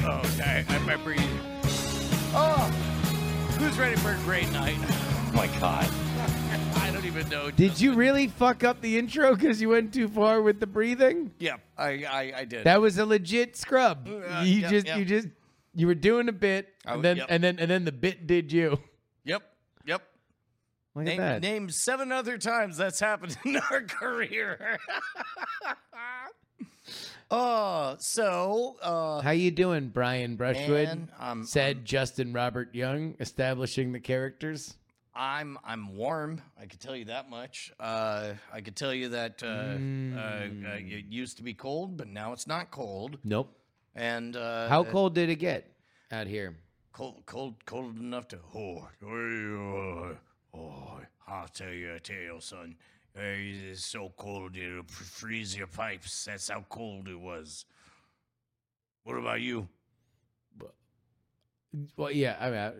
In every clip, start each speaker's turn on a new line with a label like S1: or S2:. S1: I, I remember you. Oh, who's ready for a great night?
S2: Oh my god.
S1: I don't even know.
S3: Did you really fuck up the intro because you went too far with the breathing?
S1: Yeah, I, I, I did.
S3: That was a legit scrub.
S1: Uh,
S3: you
S1: yep,
S3: just,
S1: yep.
S3: you just, you were doing a bit,
S1: I w-
S3: and then,
S1: yep.
S3: and then, and then the bit did you.
S1: yep, yep.
S3: Look at
S1: Name,
S3: that.
S1: name seven other times that's happened in our career. Oh, so uh,
S3: How you doing, Brian Brushwood?
S1: man, I'm,
S3: Said Justin Robert Young, establishing the characters.
S1: I'm I'm warm. I could tell you that much. Uh, I could tell you that uh,
S3: Mm.
S1: uh, uh, it used to be cold, but now it's not cold.
S3: Nope.
S1: And uh,
S3: How
S1: uh,
S3: cold did it get out here?
S1: cold, cold, cold enough to oh, oh, oh, I'll tell you a tale, son. Uh, It is so cold it'll f- uh, freeze your pipes. That's how cold it was. What about you?
S3: Well, yeah. I mean, I-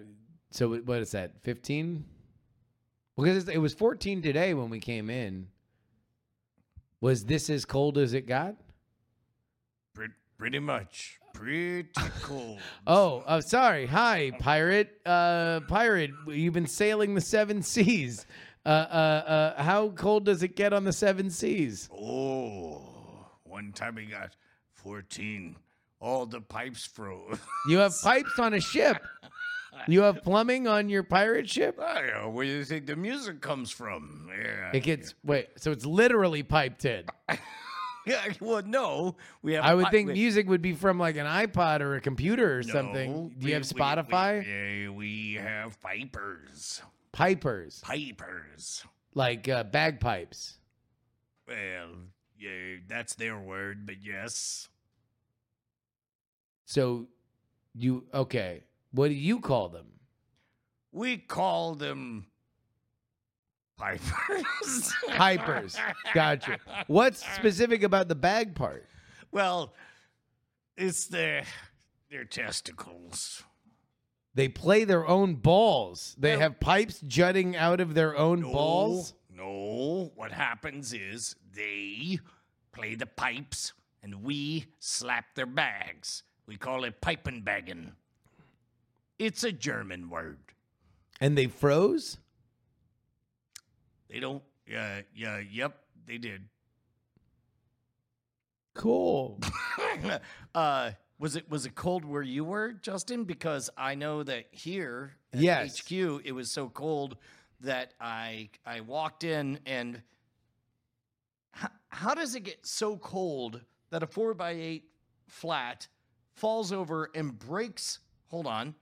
S3: so wh- what is that? Fifteen? Because it's- it was fourteen today when we came in. Was this as cold as it got?
S1: Pretty, pretty much, pretty cold.
S3: Oh, uh, sorry. Hi, pirate. Uh, pirate, you've been sailing the seven seas. Uh, uh, uh, how cold does it get on the seven seas?
S1: Oh, one time he got 14. All the pipes froze.
S3: You have pipes on a ship. You have plumbing on your pirate ship.
S1: I don't know where do you think the music comes from? Yeah.
S3: It gets wait. So it's literally piped in.
S1: yeah well, no. We have
S3: I would
S1: pi-
S3: think
S1: we-
S3: music would be from like an iPod or a computer or
S1: No,
S3: something. Do
S1: we-
S3: you have
S1: we-
S3: Spotify?
S1: We, eh, we have pipers.
S3: Pipers,
S1: Pipers.
S3: like uh, bagpipes.
S1: Well, yeah, that's their word, but yes.
S3: So you okay? What do you call them?
S1: We call them pipers.
S3: Pipers. Gotcha. What's specific about the bag part?
S1: Well, it's their their testicles.
S3: They play their own balls. They
S1: Yeah.
S3: have pipes jutting out of their own balls.
S1: No, what happens is they play the pipes and we slap their bags. We call it piping bagging. It's a German word.
S3: And they froze?
S1: They don't. Yeah, yeah, yep, they did.
S3: Cool.
S1: uh, was it was it cold where you were, Justin? Because I know that here at
S3: Yes.
S1: HQ it was so cold that I I walked in and how, how does it get so cold that a four by eight flat falls over and breaks? Hold on,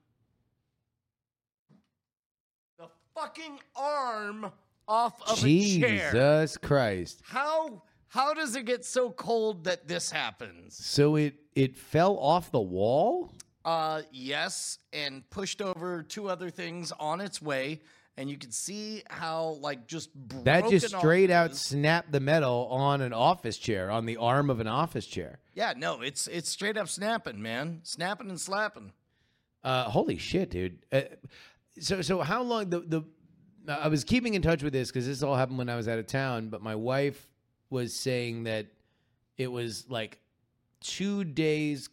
S1: the fucking arm off of a chair.
S3: Jesus Christ.
S1: How how does it get so cold that this happens?
S3: So it it fell off the wall?
S1: Uh yes, and pushed over two other things on its way, and you can see how like just broken
S3: That just
S1: off
S3: straight
S1: it
S3: out
S1: is.
S3: snapped the metal on an office chair, on the arm of an office chair.
S1: Yeah, no, it's it's straight up snapping, man, snapping and slapping.
S3: Uh, holy shit, dude! Uh, so so how long the the I was keeping in touch with this because this all happened when I was out of town, but my wife was saying that it was like two days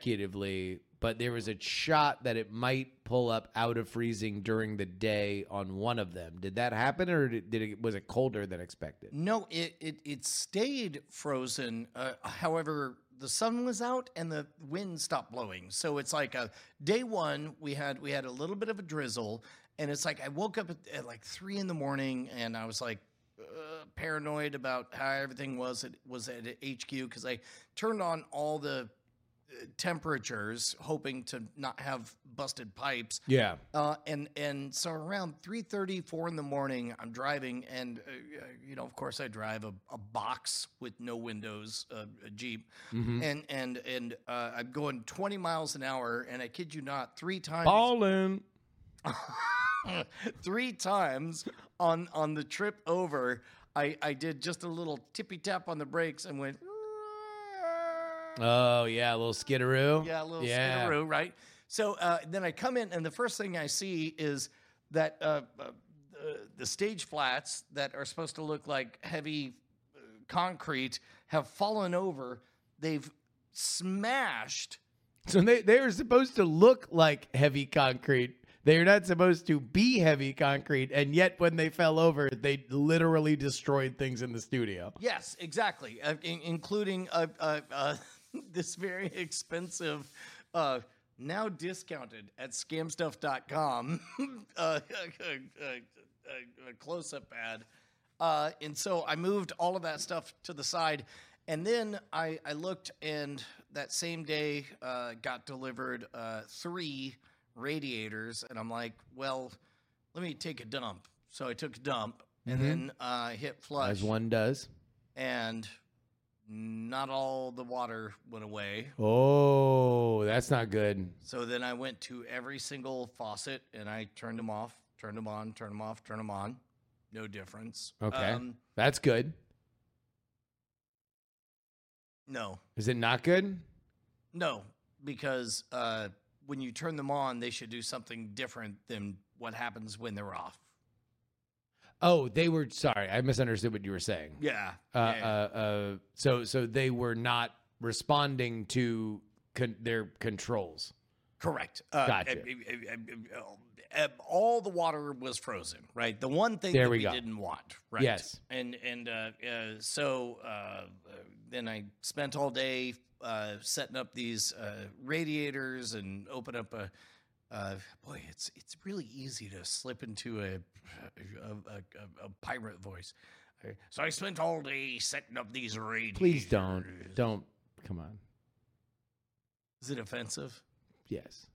S3: consecutively, but there was a shot that it might pull up out of freezing during the day on one of them. Did that happen, or did, did it was it colder than expected?
S1: No, it it it stayed frozen. Uh, however, the sun was out and the wind stopped blowing. So it's like a day one. We had we had a little bit of a drizzle, and it's like I woke up at, at like three in the morning, and I was like. Uh, paranoid about how everything was at, was at HQ because I turned on all the uh, temperatures, hoping to not have busted pipes,
S3: Yeah,
S1: uh, and and so around 3.30, 4 in the morning, I'm driving, and uh, uh, you know, of course, I drive a, a box with no windows, uh, a Jeep,
S3: Mhm.
S1: and and and uh, I'm going 20 miles an hour, and I kid you not, three times,
S3: ballin'.
S1: three times on on the trip over, I I did just a little tippy tap on the brakes and went.
S3: Oh yeah, a little skidderoo.
S1: Yeah, a little
S3: Yeah.
S1: Subaru, right? So uh, then I come in, and the first thing I see is that uh, uh, the- the stage flats that are supposed to look like heavy uh, concrete have fallen over. They've smashed
S3: So they, they are supposed to look like heavy concrete. They are not supposed to be heavy concrete. And yet, when they fell over, they literally destroyed things in the studio.
S1: Yes, exactly, uh, in- including uh, uh, uh, this very expensive, uh, now discounted at scamstuff.com uh, uh, uh, uh, close up ad. Uh, and so I moved all of that stuff to the side. And then I, I looked, and that same day uh, got delivered uh, three radiators. And I'm like, well, let me take a dump. So I took a dump and then uh, hit flush
S3: As one does.
S1: and not all the water went away.
S3: Oh, that's not good.
S1: So then I went to every single faucet and I turned them off, turned them on, turned them off, turned them on. No difference.
S3: Okay.
S1: Um,
S3: That's good.
S1: no,
S3: Is it not good?
S1: no, because uh, when you turn them on, they should do something different than what happens when they're off.
S3: Oh, they were sorry. I misunderstood what you were saying.
S1: Yeah.
S3: Uh, uh,
S1: yeah.
S3: uh, so, so they were not responding to con- their controls.
S1: Correct. Uh,
S3: Gotcha.
S1: eh, eh, eh, eh, eh, eh, all the water was frozen, right? The one thing
S3: There
S1: that
S3: we
S1: we,
S3: go.
S1: didn't want, right?
S3: Yes.
S1: And and uh, uh, so uh, uh, then I spent all day uh, setting up these uh, radiators and open up a. Uh, boy, it's it's really easy to slip into a a, a, a, a pirate voice. Uh, So I spent all day setting up these radiators.
S3: Please don't, don't come on.
S1: Is it offensive?
S3: Yes,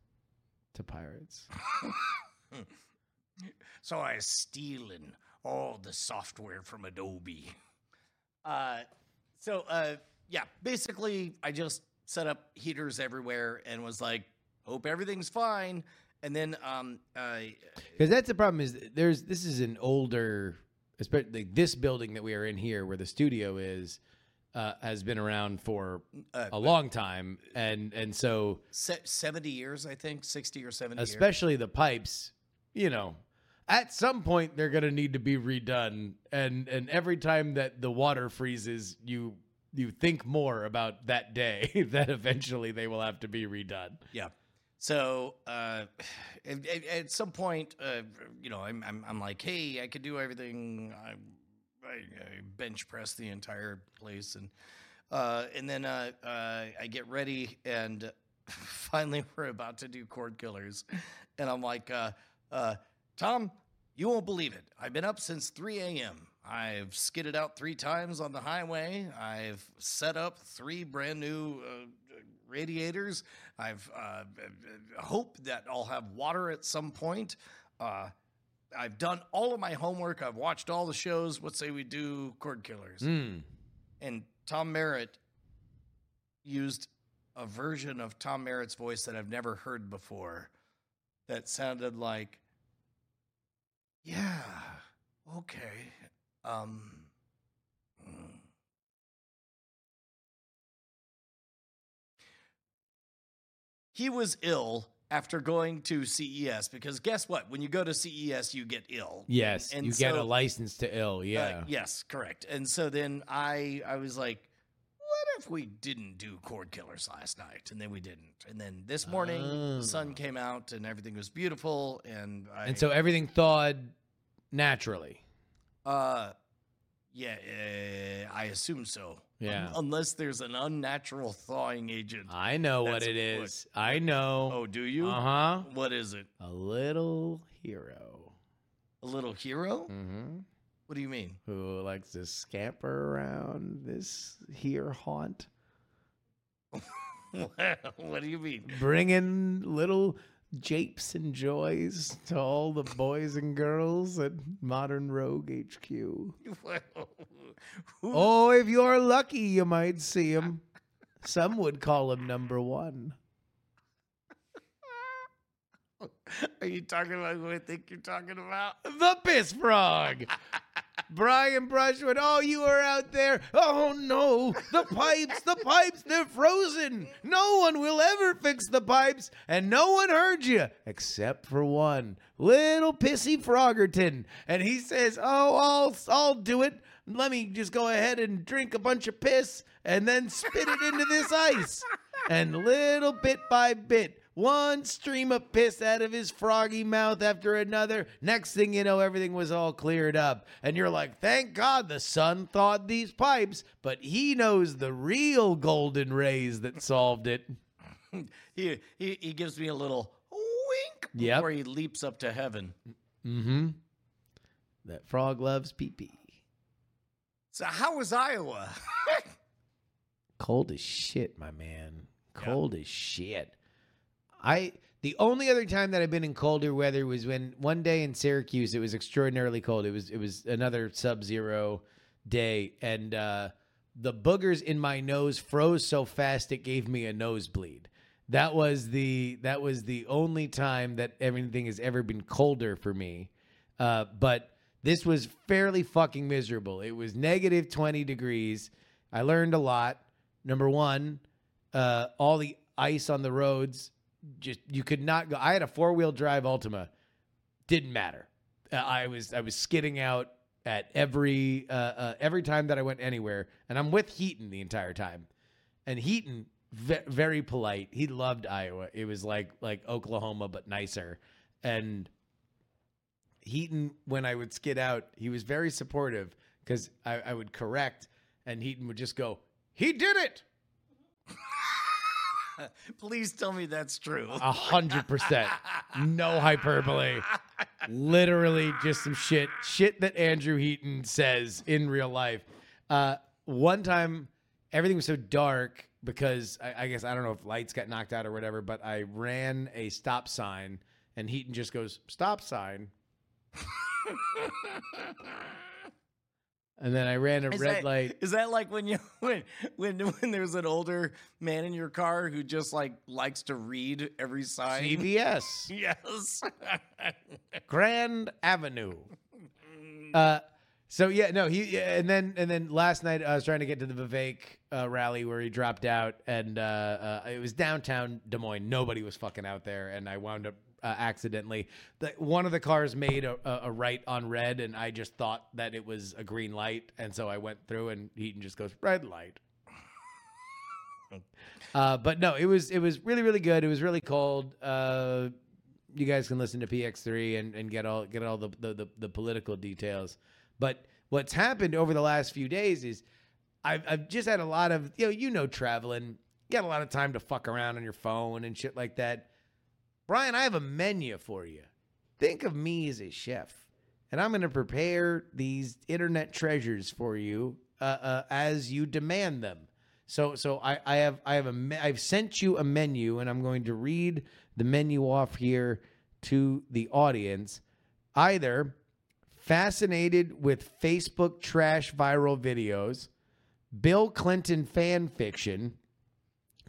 S3: to pirates.
S1: So I was stealing all the software from Adobe. Uh, so uh, yeah, basically I just set up heaters everywhere and was like, hope everything's fine. And then um, uh,
S3: Because that's the problem. Is there's this is an older, especially like this building that we are in here, where the studio is, uh, has been around for
S1: uh,
S3: a long time, and and so
S1: se- seventy years, I think, sixty or seventy. years.
S3: especially the pipes, you know, at some point they're going to need to be redone and and every time that the water freezes, you you think more about that day that eventually they will have to be redone.
S1: Yeah. So uh, at, at- at some point, uh, you know, I'm, I'm, I'm like, hey, I could do everything. I, I, I bench press the entire place, and uh, and then uh, uh, I get ready, and finally we're about to do cord killers, and I'm like, uh, uh, Tom, you won't believe it. I've been up since 3 a.m. I've skidded out three times on the highway. I've set up three brand new uh, radiators. I've uh, hope that I'll have water at some point. Uh, I've done all of my homework. I've watched all the shows. What say we do cord killers?
S3: Mm.
S1: And Tom Merritt used a version of Tom Merritt's voice that I've never heard before that sounded like, yeah, okay. Um, mm. He was ill after going to CES because guess what? When you go to CES, you get ill.
S3: Yes,
S1: And
S3: you get a
S1: so-
S3: license to ill. Yeah.
S1: uh, yes, correct. And so then I I was like, what if we didn't do cord killers last night? And then we didn't. And then this morning
S3: Oh.
S1: the sun came out and everything was beautiful and I
S3: And so everything thawed naturally.
S1: uh yeah, eh, I assume so.
S3: Yeah.
S1: Un- unless there's an unnatural thawing agent.
S3: I know what
S1: That's
S3: it
S1: what-
S3: is. I know.
S1: oh, do you?
S3: uh-huh.
S1: What is it?
S3: A little hero.
S1: A little hero?
S3: Mhm.
S1: What do you mean?
S3: Who likes to scamper around this here haunt?
S1: what do you mean?
S3: bringing little japes and joys to all the boys and girls at Modern Rogue HQ.
S1: Who
S3: Oh, if you're lucky, you might see him. Some would call him number one.
S1: are you talking about who I think you're talking about?
S3: The piss frog. Brian Brushwood, oh, you are out there. Oh, no. The pipes, the pipes, they're frozen. No one will ever fix the pipes, and no one heard you except for one little pissy Frogerton. And he says, Oh, I'll, I'll do it. Let me just go ahead and drink a bunch of piss and then spit it into this ice. and little bit by bit, one stream of piss out of his froggy mouth after another. Next thing you know, everything was all cleared up. And you're like, thank God the sun thawed these pipes, but he knows the real golden rays that solved it.
S1: He, he he gives me a little wink
S3: Yep.
S1: before he leaps up to heaven.
S3: Mm hmm. That frog loves pee pee.
S1: So how was Iowa?
S3: Cold as shit, my man. Cold as shit. I the only other time that I've been in colder weather was when one day in Syracuse it was extraordinarily cold. It was it was another sub zero day and uh the boogers in my nose froze so fast it gave me a nosebleed. That was the that was the only time that everything has ever been colder for me. Uh, but this was fairly fucking miserable. It was negative 20 degrees. I learned a lot. Number one, uh, all the ice on the roads, just you could not go. I had a four wheel drive Ultima. Didn't matter. Uh, I was I was skidding out at every uh, uh, every time that I went anywhere, and I'm with Heaton the entire time. And Heaton, ve- very polite. He loved Iowa. It was like like Oklahoma but nicer. And Heaton, when I would skid out, he was very supportive because I, I would correct, and Heaton would just go, "He did it,
S1: Please tell me that's true.
S3: a hundred percent, no hyperbole, literally just some shit, shit that Andrew Heaton says in real life." Uh, one time, everything was so dark because I, I guess I don't know if lights got knocked out or whatever, but I ran a stop sign, and Heaton just goes, "Stop sign." And then I ran a
S1: Is
S3: red
S1: that-
S3: light.
S1: Is that like when you when when when there's an older man in your car who just like likes to read every sign?
S3: CVS,
S1: Yes.
S3: Grand Avenue. Uh, so yeah, no, he yeah, and then and then last night I was trying to get to the Vivek uh, rally where he dropped out, and uh, uh, it was downtown Des Moines. Nobody was fucking out there, and I wound up uh, accidentally. The, one of the cars made a, a, a right on red, and I just thought that it was a green light, and so I went through, and Heaton just goes red light. Uh, but no, it was it was really really good. It was really cold. Uh, you guys can listen to PX3 and, and get all get all the, the, the, the political details. But what's happened over the last few days is I've I've just had a lot of you know you know traveling, you got a lot of time to fuck around on your phone and shit like that. Brian, I have a menu for you. Think of me as a chef, and I'm going to prepare these internet treasures for you uh, uh, as you demand them. So, so I, I have, I have a, me- I've sent you a menu, and I'm going to read the menu off here to the audience. Either fascinated with Facebook trash viral videos, Bill Clinton fan fiction,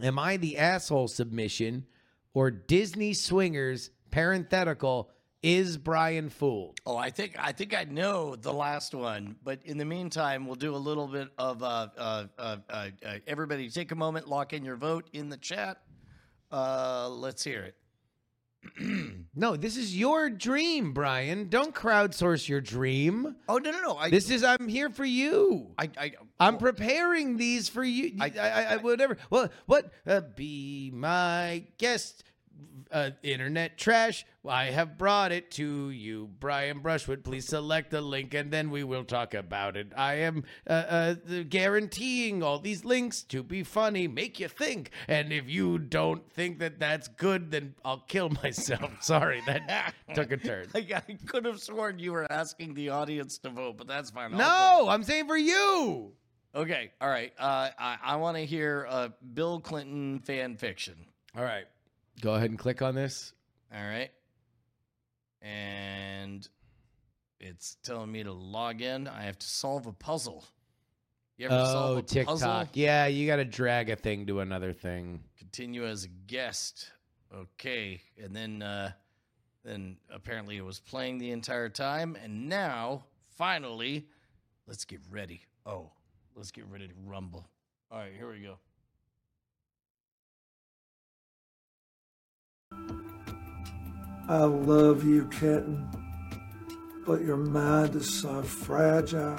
S3: Am I the asshole submission, or Disney swingers parenthetical? Is Brian fooled?
S1: oh, I think I think I know the last one, but in the meantime, we'll do a little bit of uh, uh, uh, uh, uh, everybody take a moment, lock in your vote in the chat. Uh, let's hear it.
S3: No, this is your dream, Brian. Don't crowdsource your dream.
S1: Oh no no no! I
S3: This is I'm here for you.
S1: I, I uh,
S3: I'm preparing these for you. I, I, I, whatever. Well, what? Uh, be my guest. Uh, internet trash. I have brought it to you, Brian Brushwood. Please select the link, and then we will talk about it. I am uh, uh, guaranteeing all these links to be funny, make you think. And if you don't think that that's good, then I'll kill myself. Sorry, that took a turn.
S1: Like I could have sworn you were asking the audience to vote, but that's fine. I'll vote.
S3: No, I'm saying for you.
S1: Okay. All right. Uh, I, I want to hear uh, Bill Clinton fan fiction.
S3: All right, go ahead and click on this.
S1: All right. And it's telling me to log in. I have to solve a puzzle. You ever solve
S3: Oh,
S1: a
S3: TikTok.
S1: puzzle?
S3: Yeah, you got to drag a thing to another thing.
S1: Continue as a guest. Okay. And then uh, then apparently it was playing the entire time. And now, finally, let's get ready. Oh, let's get ready to rumble. All right, here we go.
S2: I love you, kitten, but your mind is so fragile.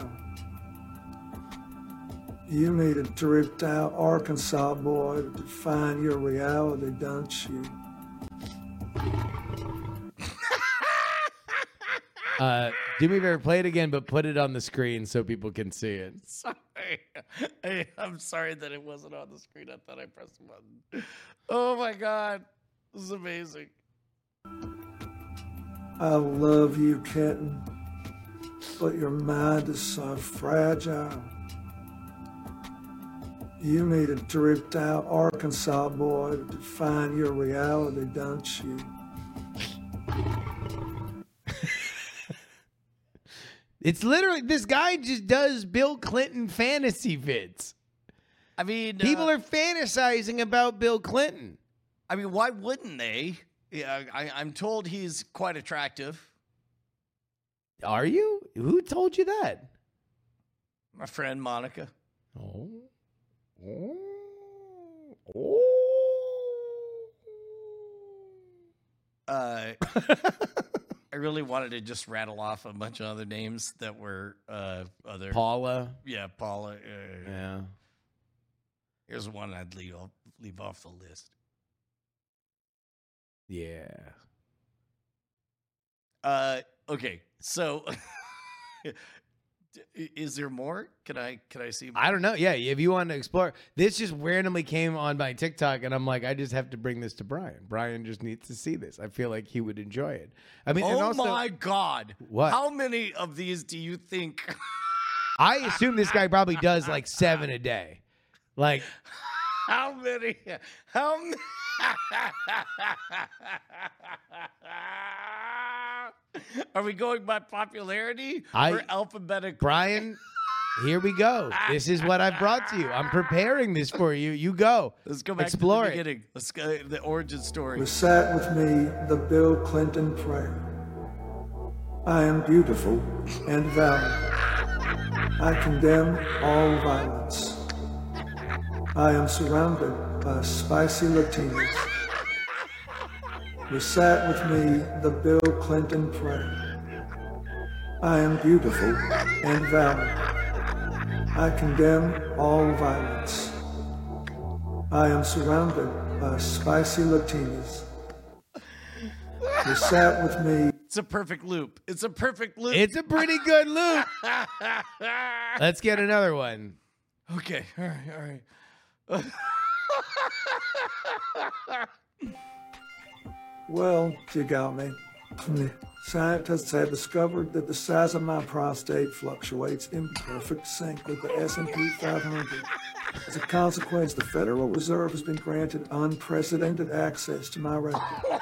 S2: You needed to retire Arkansas boy to define your reality, don't you?
S3: Uh, do me a favor, play it again, but put it on the screen so people can see it.
S1: Sorry. I, I'm sorry that it wasn't on the screen. I thought I pressed the button. Oh my God. This is amazing.
S2: I love you, kitten, but your mind is so fragile. You needed to retire Arkansas boy to define your reality, don't you?
S3: It's literally this guy just does Bill Clinton fantasy vids.
S1: I mean,
S3: People
S1: uh,
S3: are fantasizing about Bill Clinton.
S1: I mean, why wouldn't they? Yeah, I, I'm told he's quite attractive.
S3: Are you? Who told you that?
S1: My friend Monica.
S3: Oh.
S1: Uh, I really wanted to just rattle off a bunch of other names that were uh, other.
S3: Paula.
S1: Yeah, Paula. Uh,
S3: Yeah.
S1: Here's one I'd leave off, leave off the list.
S3: Yeah.
S1: Uh, okay, so is there more? Can I can I see? More?
S3: I don't know. Yeah, if you want to explore, this just randomly came on my TikTok, and I'm like, I just have to bring this to Brian. Brian just needs to see this. I feel like he would enjoy it. I mean, and
S1: oh
S3: also,
S1: my god!
S3: What?
S1: How many of these do you think?
S3: I assume this guy probably does like seven a day. Like,
S1: How many? How? Many? Are we going by popularity
S3: I-
S1: or alphabetic?
S3: Brian, here we go. This is what I've brought to you. I'm preparing this for you. You go.
S1: Let's go back
S3: Explore
S1: to
S3: it.
S1: the beginning. Let's go the origin story.
S2: Recite with me the Bill Clinton prayer. I am beautiful and valiant. I condemn all violence. I am surrounded by spicy Latinos. Recite with me the Bill Clinton prayer. I am beautiful and valiant. I condemn all violence. I am surrounded by spicy Latinas. Recite with me
S1: It's a perfect loop. It's a perfect loop.
S3: It's a pretty good loop. Let's get another one.
S1: okay. All right. All right.
S2: Well, you got me. Scientists have discovered that the size of my prostate fluctuates in perfect sync with the S&P 500. As a consequence, the Federal Reserve has been granted unprecedented access to my record.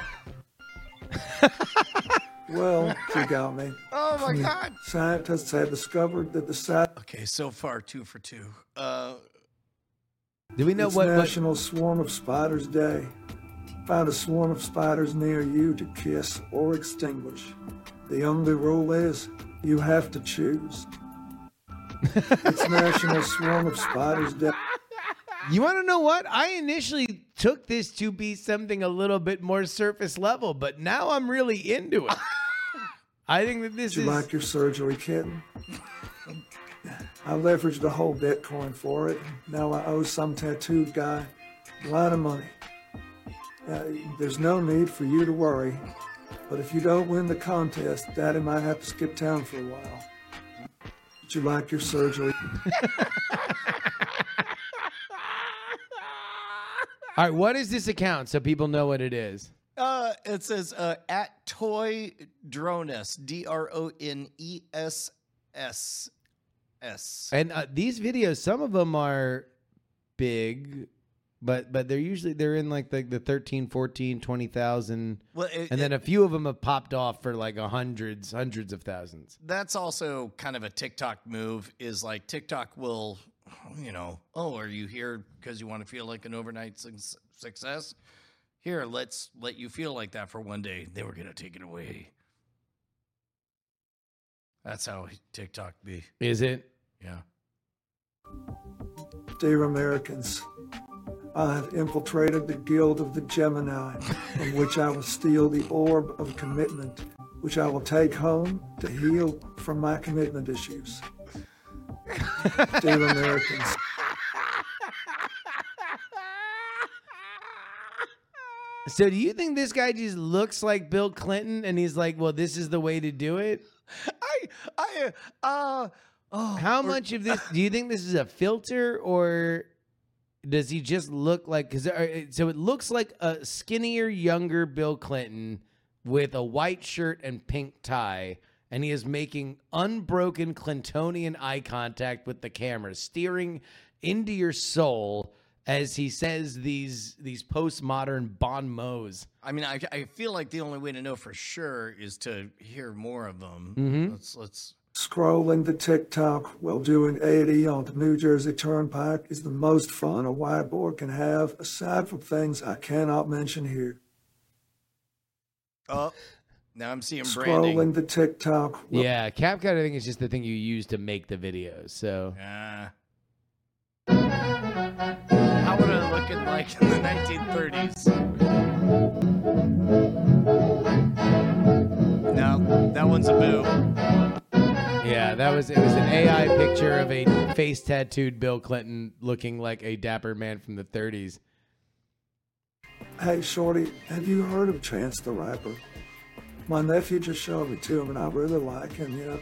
S2: well, you got me.
S1: Oh my god.
S2: Scientists have discovered that the size
S1: Okay. So far, two for two. Uh,
S3: Do we know
S2: it's
S3: what, what?
S2: National Swarm of Spiders Day. Find a swarm of spiders near you to kiss or extinguish. The only rule is you have to choose. it's National Swarm of Spiders Day.
S3: You want to know what? I initially took this to be something a little bit more surface level, but now I'm really into it. I think that this
S2: Did you
S3: is.
S2: like your surgery, kitten? I leveraged the whole Bitcoin for it. Now I owe some tattooed guy a lot of money. Uh, there's no need for you to worry, but if you don't win the contest, Daddy might have to skip town for a while. Did you like your surgery?
S3: All right, what is this account so people know what it is?
S1: Uh, it says uh, at toy drones d r o n e s s s.
S3: And uh, these videos, some of them are big, but but they're usually they're in like the, the 13, 14, 20,000
S1: Well, it,
S3: and
S1: it-
S3: then a few of them have popped off for like a hundreds, hundreds of thousands.
S1: that's also kind of a TikTok move. Is like TikTok will, you know, oh, are you here because you want to feel like an overnight suc- success? Here, let's let you feel like that for one day. They were gonna take it away. That's how TikTok be.
S3: Is it?
S1: Yeah.
S2: Dear Americans, I have infiltrated the Guild of the Gemini, from which I will steal the orb of commitment, which I will take home to heal from my commitment issues. Dear Americans,
S3: So do you think this guy just looks like Bill Clinton and he's like, well, this is the way to do it?
S1: I, I, uh, oh,
S3: How
S1: or-
S3: much of this do you think this is a filter or does he just look like cuz so it looks like a skinnier younger Bill Clinton with a white shirt and pink tie and he is making unbroken Clintonian eye contact with the camera steering into your soul as he says these these postmodern bon mots.
S1: I mean, I, I feel like the only way to know for sure is to hear more of them.
S3: Mhm.
S1: Let's, let's,
S2: Scrolling the TikTok while doing 80 on the New Jersey Turnpike is the most fun a whiteboard can have, aside from things I cannot mention here.
S1: oh, now I'm seeing branding.
S2: Scrolling the TikTok while
S3: Yeah, CapCut I think is just the thing you use to make the videos. So
S1: Ah. How would it looking like in the 1930s? No, that one's a boo.
S3: yeah, that was it was an AI picture of a face tattooed Bill Clinton looking like a dapper man from the 30s.
S2: Hey, Shorty, have you heard of Chance the Rapper? My nephew just showed me to him, and I really like him. You know,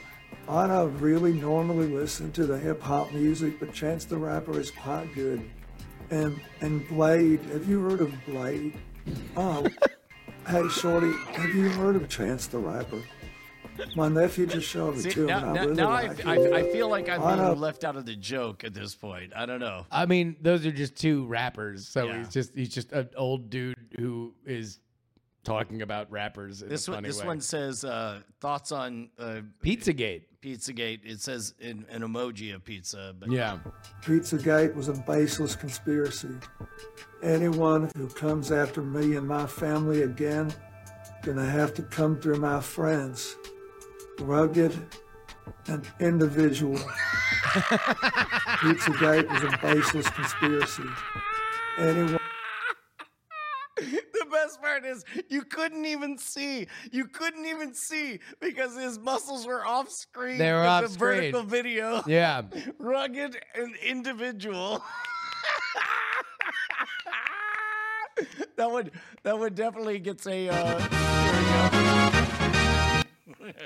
S2: I don't really normally listen to the hip hop music, but Chance the Rapper is quite good. And and Blade, have you heard of Blade? Oh, hey, Shorty, have you heard of Chance the Rapper? My nephew just showed me
S1: See,
S2: to him,
S1: now
S2: and I
S1: now,
S2: really
S1: now I,
S2: like him.
S1: I, I feel like I'm
S2: I know.
S1: being left out of the joke at this point. I don't know.
S3: I mean, those are just two rappers. So
S1: Yeah.
S3: he's just he's just an old dude who is talking about rappers in
S1: This
S3: a
S1: one,
S3: funny
S1: this
S3: way.
S1: one says uh, thoughts on uh,
S3: Pizzagate.
S1: Pizzagate. It says in, an emoji of pizza, but
S3: Yeah.
S2: Pizzagate was a baseless conspiracy. Anyone who comes after me and my family again, gonna have to come through my friends. Rugged and individual. Pizzagate was a baseless conspiracy. Anyone
S1: the best part is you couldn't even see. You couldn't even see because his muscles were off screen.
S3: They were
S1: with
S3: off
S1: the
S3: screen.
S1: vertical video.
S3: Yeah.
S1: rugged and individual. that would that would definitely gets a. Uh, here we go.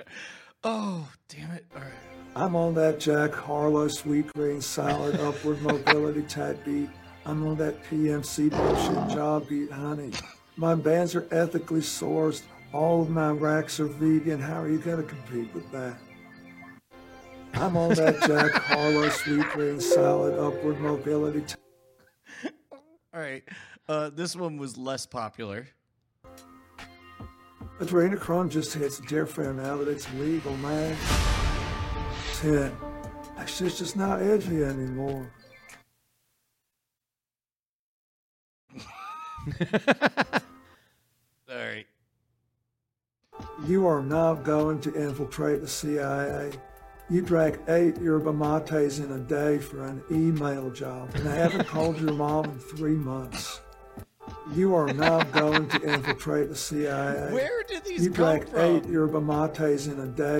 S1: oh damn it! All right.
S2: I'm on that Jack Harlow sweet green solid upward mobility type beat. I'm on that PMC bullshit job beat, honey. My bands are ethically sourced. All of my racks are vegan. How are you gonna compete with that? I'm on that Jack Harlow sweet green solid upward mobility type.
S1: All right. Uh, this one was less popular.
S2: Adrenochrome just hits different now that it's legal, man. Shit, that shit's just not edgy anymore.
S1: All right.
S2: You are now going to infiltrate the CIA. You drank eight yerba mates in a day for an email job, and I haven't called your mom in three months. You are now going to infiltrate the CIA.
S1: Where did these
S2: you
S1: come
S2: drank eight
S1: from?
S2: yerba mates in a day.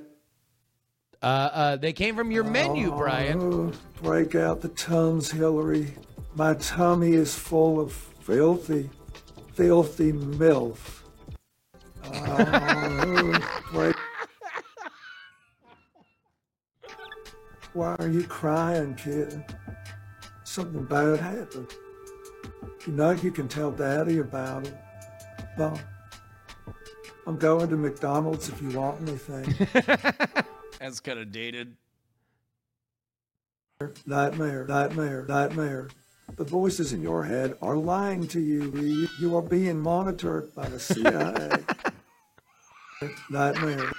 S3: Uh, uh, they came from your menu, Brian.
S2: Oh, break out the tums, Hillary. My tummy is full of filthy, filthy milf. Oh, break. Why are you crying, kid? Something bad happened. You know you can tell Daddy about it. Well, I'm going to McDonald's if you want anything.
S1: That's kind of dated.
S2: Nightmare, nightmare, nightmare. The voices in your head are lying to you. Reed. You are being monitored by the CIA. nightmare.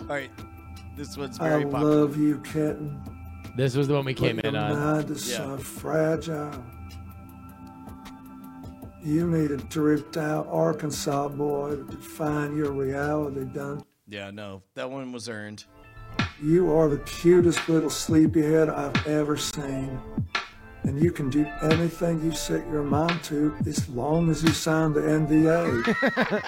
S1: All right. This one's
S2: I
S1: very popular.
S2: love you, kitten.
S3: This was the one we came
S2: but
S3: in
S2: your
S3: on.
S2: mind is
S1: uh, Yeah.
S2: so fragile. You need a dripped out Arkansas boy to define your reality, don't
S1: Yeah, no, that one was earned.
S2: You are the cutest little sleepyhead I've ever seen. And you can do anything you set your mind to as long as you sign the NDA.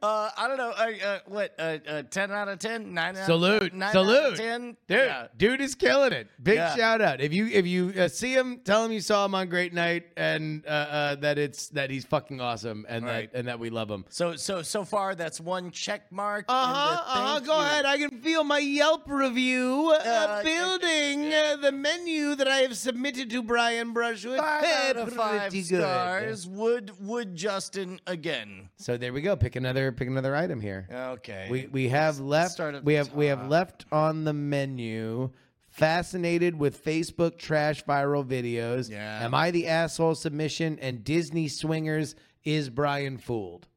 S1: Uh, I don't know. I, uh, what? Uh, uh, ten out of ten. Nine out.
S3: Salute.
S1: Nine Out
S3: Salute.
S1: of ten.
S3: Dude,
S1: Yeah.
S3: dude is killing it. Big
S1: Yeah.
S3: shout out. If you if you uh, see him, tell him you saw him on Great Night and uh, uh, that it's that he's fucking awesome and
S1: Right.
S3: that and that we love him.
S1: So so so far, that's one check mark. in the
S3: Uh huh. Uh huh.
S1: thank
S3: Go
S1: you.
S3: ahead. I can feel my Yelp review uh,
S1: Uh,
S3: building uh, the menu that I have submitted to Brian Brushwood.
S1: Five
S3: Eh,
S1: out of five
S3: pretty good.
S1: stars. Would would Justin again?
S3: So there we go. Pick another. Pick another item here.
S1: Okay.
S3: We we have left.
S1: start at
S3: We
S1: the
S3: have we have
S1: top.
S3: left on the menu. Fascinated with Facebook trash viral videos.
S1: Yeah.
S3: Am I the asshole submission and Disney swingers? Is Brian fooled?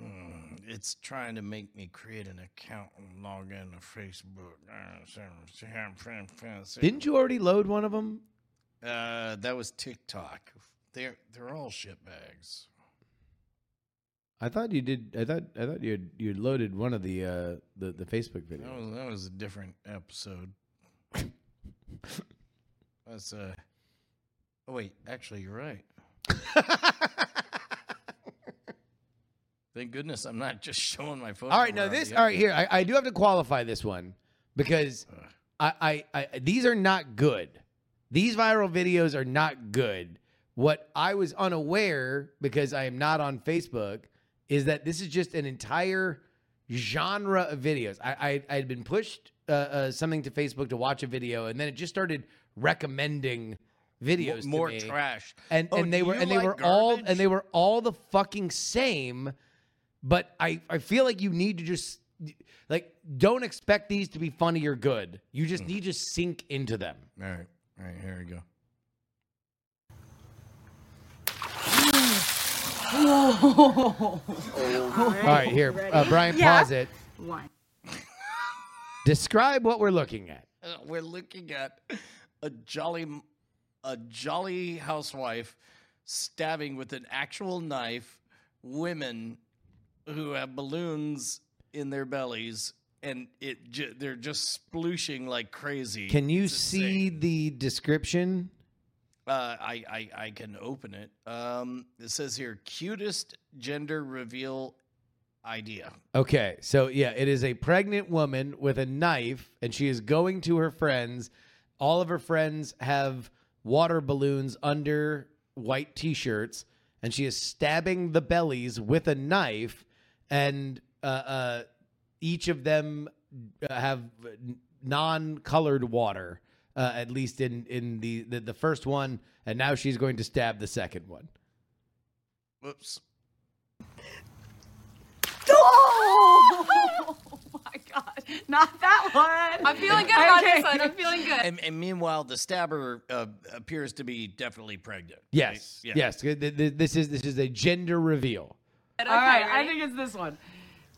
S1: Mm, it's trying to make me create an account and log in to Facebook. Uh, so- so I'm trying to find- so-
S3: Didn't you already load one of them?
S1: Uh, that was TikTok. They're they're all shit bags.
S3: I thought you did. I thought I thought you had, you had loaded one of the uh, the the Facebook
S1: That
S3: videos.
S1: was that was a different episode. That's uh. Oh wait, actually, you're right. Thank goodness I'm not just showing my phone.
S3: All right, now this. All right, here I, I do have to qualify this one because I, I I these are not good. These viral videos are not good. What I was unaware because I am not on Facebook is that this is just an entire genre of videos. I I, I had been pushed uh, uh, something to Facebook to watch a video, and then it just started recommending videos to
S1: more
S3: me.
S1: trash.
S3: and
S1: Oh,
S3: and they
S1: do
S3: were
S1: you
S3: and they
S1: like
S3: were all
S1: garbage?
S3: and they were all the fucking same but i i feel like you need to just like don't expect these to be funny or good you just need to sink into them
S1: Mm. All right, all right, here we go.
S3: all right here uh, brian
S4: Yeah.
S3: pause it
S4: One.
S3: describe what we're looking at
S1: Uh, we're looking at a jolly a jolly housewife stabbing with an actual knife women who have balloons in their bellies and it ju- they're just splooshing like crazy
S3: can you
S1: It's
S3: see
S1: insane.
S3: the description
S1: uh, I, I i can open it um it says here cutest gender reveal idea
S3: Okay, so yeah, it is a pregnant woman with a knife, and she is going to her friends. All of her friends have water balloons under white t shirts, and she is stabbing the bellies with a knife, and uh, uh, each of them uh, have non colored water. Uh, at least in in the, the the first one, and now she's going to stab the second one.
S1: whoops
S4: Oh! my gosh. Not that one.
S5: I'm feeling good about
S4: Okay.
S5: this one. I'm feeling good.
S1: and, and meanwhile the stabber uh, appears to be definitely pregnant right?
S3: Yes,
S1: Yeah.
S3: yes. th- th- This is this is a gender reveal.
S5: Okay,
S4: All right, I
S5: ready?
S4: think it's this one.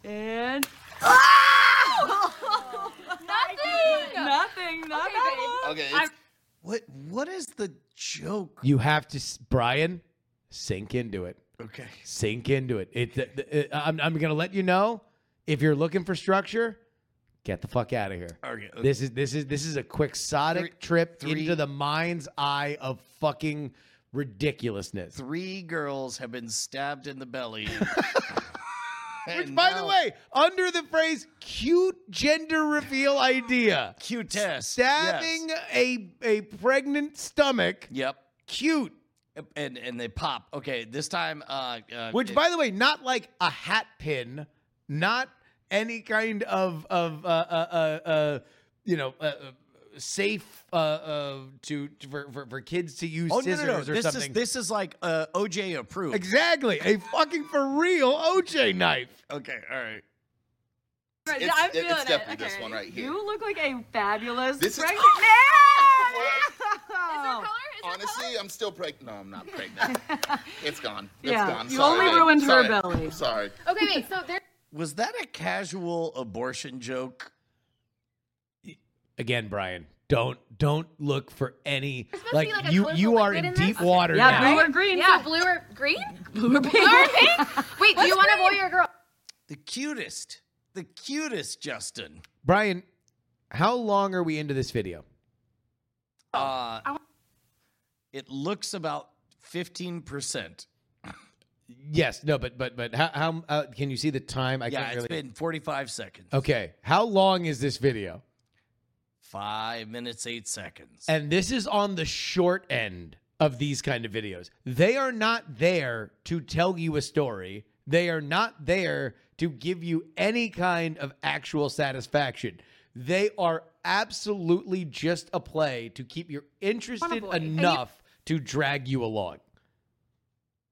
S4: And
S5: nothing.
S4: nothing, not that one.
S6: Okay,
S5: I'm-
S6: it's,
S1: What what is the joke?
S3: You have to, s- Brian, sink into it.
S1: Okay.
S3: Sink into it. It. th- th- uh, I'm, I'm going to let you know if you're looking for structure, get the fuck out of here.
S1: Okay. okay.
S3: This is this is this is a quixotic
S1: Three-
S3: trip
S1: three-
S3: into the mind's eye of fucking ridiculousness.
S1: Three girls have been stabbed in the belly.
S3: Which, by the way, under the phrase "cute gender reveal idea,"
S1: cutest
S3: stabbing a a pregnant stomach,
S1: Yep.
S3: cute.
S1: And and they pop. Okay. This time. Uh. uh
S3: Which,
S1: it-
S3: by the way, not like a hat pin, not any kind of of uh, uh, uh, uh, you know uh, uh, safe uh, uh, to for, for for kids to use
S1: Oh no
S3: scissors
S1: no no!
S3: or
S1: This
S3: something.
S1: is this is like uh, OJ approved.
S3: exactly, a fucking for real OJ knife.
S1: Okay. All right.
S5: Right,
S6: it's,
S5: I'm
S6: it-
S5: feeling
S6: it's
S5: it.
S6: definitely this
S5: Okay.
S6: one right here.
S4: You look like a fabulous
S6: This is-
S4: pregnant.
S5: Is there color?
S4: No!
S5: Is there color?
S6: Honestly, I'm still pregnant. No, I'm not pregnant. it's gone. It's
S4: Yeah,
S6: gone.
S4: you
S6: Sorry,
S4: only
S6: babe.
S4: ruined her
S6: Sorry.
S4: belly.
S6: I'm sorry.
S5: Okay, wait. So there.
S1: Was that a casual abortion joke?
S3: Again, Brian, don't don't look for any
S5: supposed to
S3: like,
S5: be, like, a
S3: you
S5: colorful
S3: you are
S5: liquid
S3: in
S5: in this?
S3: deep water
S4: Yeah,
S3: now.
S4: blue or green.
S5: Yeah, blue or green?
S4: Blue or pink.
S5: Blue or pink? Wait, do you want a boy or a girl?
S1: The cutest. The cutest, Justin.
S3: Brian, how long are we into this video?
S1: Uh, it looks about fifteen percent.
S3: Yes, no, but but but how, how uh, can you see the time? I
S1: yeah,
S3: can't
S1: it's
S3: really.
S1: been 45 seconds.
S3: Okay, how long is this video?
S1: Five minutes, eight seconds.
S3: And this is on the short end of these kind of videos. They are not there to tell you a story. They are not there to give you any kind of actual satisfaction. They are absolutely just a play to keep you interested
S4: boy. And you-
S3: enough to drag you along.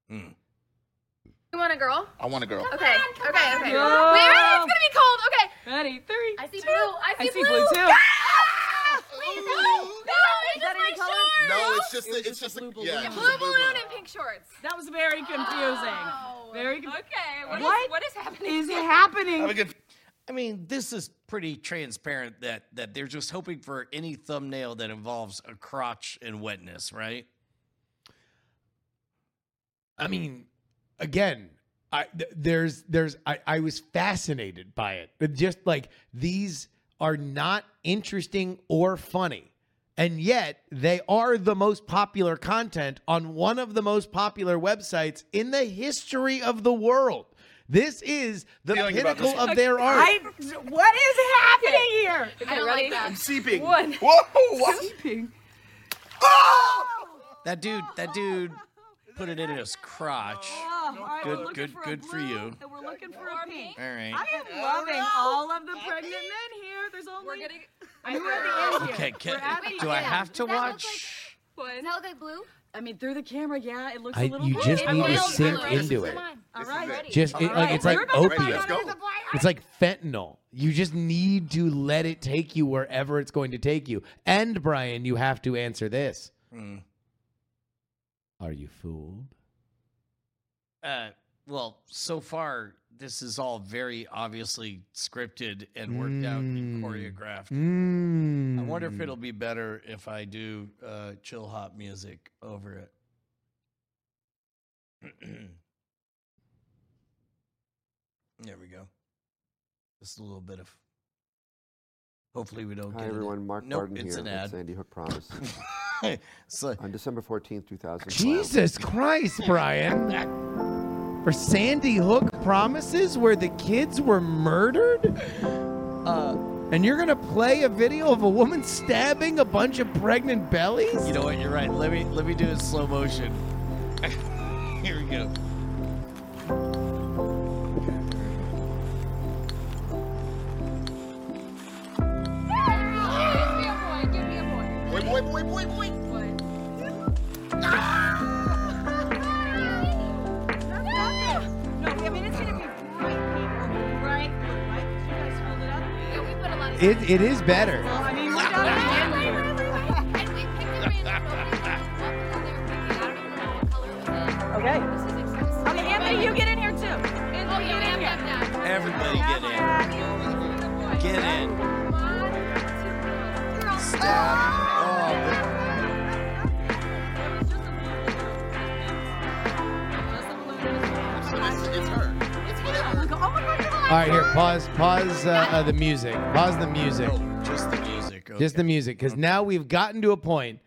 S5: You want a girl?
S6: Hmm. I want a girl.
S5: Okay. okay. Okay. Wait,
S4: on.
S5: wait, it's gonna be cold. Okay.
S4: Ready, three.
S5: I see
S4: two.
S5: blue. I see,
S4: I see blue too.
S5: Ah! Wait, no, no,
S6: Ooh.
S5: it's just my shorts.
S6: No, it's just
S4: It was
S6: a, it's
S4: just
S6: just
S4: a
S6: a,
S4: blue
S6: yeah,
S4: balloon.
S6: it's
S5: Blue
S6: just a
S5: balloon and pink shorts.
S4: That was very confusing. Very confusing.
S5: Okay.
S4: What is-
S5: What?
S4: what
S5: is happening?
S4: Is happening?
S6: Have a good.
S1: I mean, this is pretty transparent that that they're just hoping for any thumbnail that involves a crotch and wetness, right?
S3: I mean, again, I th- there's there's I, I was fascinated by it. But just like these are not interesting or funny. And yet they are the most popular content on one of the most popular websites in the history of the world. This is the
S6: Feeling about
S3: pinnacle
S6: this
S3: of their art.
S4: I, what is happening here?
S5: I don't like that.
S6: Seeping.
S4: One.
S6: Whoa! What?
S4: Peeping.
S1: That dude, that dude put it in his crotch.
S4: Oh, all right,
S1: Good-
S4: we're looking
S1: good-
S4: for
S1: good
S4: a
S1: for
S4: blue,
S1: you.
S4: And we're looking for a pink. Oh,
S1: All right.
S4: I am loving all of the pregnant men here. There's only
S5: We're getting.
S4: you were at the end here.
S1: Okay, can,
S4: We're at the
S1: do I
S4: end.
S1: have to
S5: That looks
S1: watch?
S5: Does that look like blue?
S4: I mean, through the camera, yeah, it looks a
S3: I-
S4: little.
S3: you
S4: blue.
S3: just
S4: It
S3: need to
S4: looks
S3: sink
S4: blue.
S5: Come
S3: into it.
S5: on.
S4: All right.
S3: just it- like
S4: right,
S3: it's like
S4: we're about to find
S3: opium.
S4: out
S6: Let's
S4: if
S6: go.
S4: the black-
S3: It's like fentanyl. You just need to let it take you wherever it's going to take you. And Brian, you have to answer this.
S1: Mm.
S3: Are you fooled?
S1: Uh, well, so far this is all very obviously scripted and worked out and
S3: Mm.
S1: choreographed.
S3: Mm.
S5: Hmm.
S1: I wonder if it'll be better if I do uh, chill hop music over it. there we go. Just a little bit of. Hopefully we don't.
S7: Hi
S1: get an-
S7: everyone, Mark
S1: nope,
S7: Barden
S1: it's
S7: here
S1: an
S7: at
S1: ad.
S7: Sandy Hook Promise.
S1: so,
S7: On December 14th, 2012.
S3: Jesus Christ, Brian. For Sandy Hook promises where the kids were murdered? Uh, and you're going to play a video of a woman stabbing a bunch of pregnant bellies?
S1: you know what? You're right. Let me let me do it in slow motion. Here we go.
S5: Give me a boy.
S6: Boy, boy, boy, boy, boy.
S5: Give me a boy.
S4: No, I mean it's gonna be bright pink or bright blue, right? You guys hold it up.
S5: Yeah, we put a lot of.
S3: It, it is better.
S4: Well, I mean, we got an end here.
S5: And we picked a random color
S4: Okay.
S5: This is excessive.
S4: Okay, Anthony, you get in here too. Anthony,
S5: Oh, you
S4: get in
S5: am
S4: here.
S5: that.
S1: Everybody get in. Get in. Stab.
S6: So it's, it's her. It's whatever.
S3: All right, here, pause, pause uh, uh, the music. Pause the music.
S1: Oh, just the music. Okay.
S3: Just the music, because now we've gotten to a point.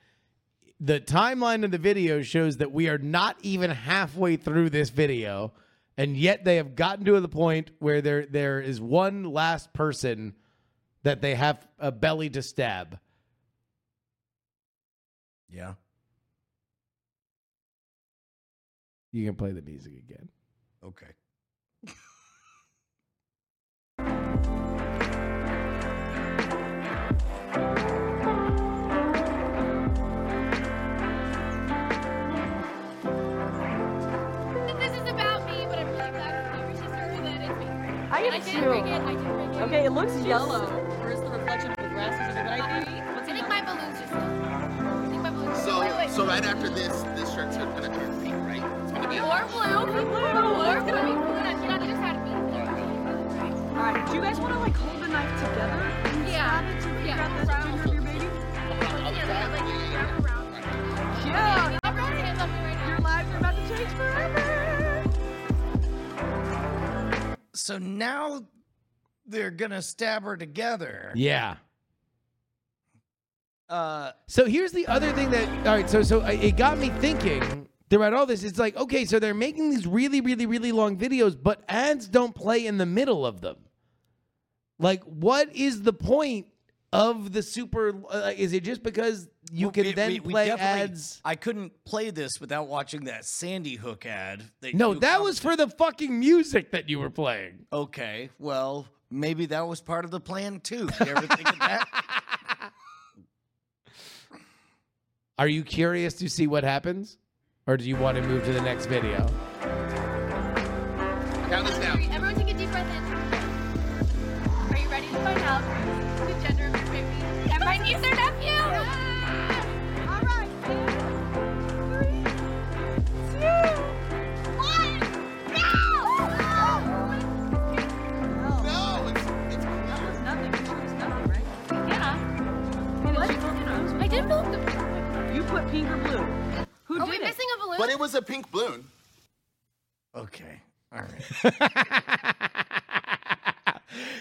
S3: The timeline of the video shows that we are not even halfway through this video, and yet they have gotten to the point where there there is one last person that they have a belly to stab.
S1: Yeah.
S3: You can play the music again.
S1: Okay.
S5: This is about me, but I'm really glad whoever she's heard that it's me.
S4: I
S5: And I
S4: get
S5: didn't bring
S4: two.
S5: it. I didn't bring it.
S4: Okay, it looks yellow. Where's the reflection of the glasses? But I think
S5: I think my balloon's just. I think my balloon's
S6: So,
S5: Wait, wait.
S6: so right after this, this shirt's gonna turn pink, right? It's gonna be a
S5: Or blue. Or blue. Or blue. You know, just had me.
S4: All right. Do you guys want to like hold the knife together and
S5: Yeah.
S4: stab it till we
S5: Yeah.
S4: grab the finger of your baby? Yeah. Your lives are about to change forever.
S1: So now they're gonna stab her together.
S3: Yeah.
S1: Uh,
S3: So here's the other thing that all right. So so I- it got me thinking throughout all this, it's like, okay, so they're making these really, really, really long videos, but ads don't play in the middle of them. Like, what is the point of the super? Uh, is it just because you
S1: Well,
S3: can
S1: we-
S3: then
S1: we- we
S3: play
S1: definitely-
S3: ads?
S1: I couldn't play this without watching that Sandy Hook ad.
S3: No,
S1: you
S3: that was for the fucking music that you were playing.
S1: com- okay. Oh, Well, maybe that was part of the plan too. You ever think of that?
S3: Are you curious to see what happens, or do you want to move to the next video?
S6: Count this down.
S5: Everyone take a deep breath in. Are you ready to find out the gender of your baby? And my niece or nephew? All right.
S6: No, it's, it's clear.
S4: Nothing. You chose nothing, right?
S5: Yeah.
S4: And then she broke her nose.
S5: I did move them.
S4: You put pink or blue. Who
S5: Are
S4: did
S5: we
S4: it?
S5: missing a balloon?
S6: But it was a pink balloon.
S1: Okay. All right.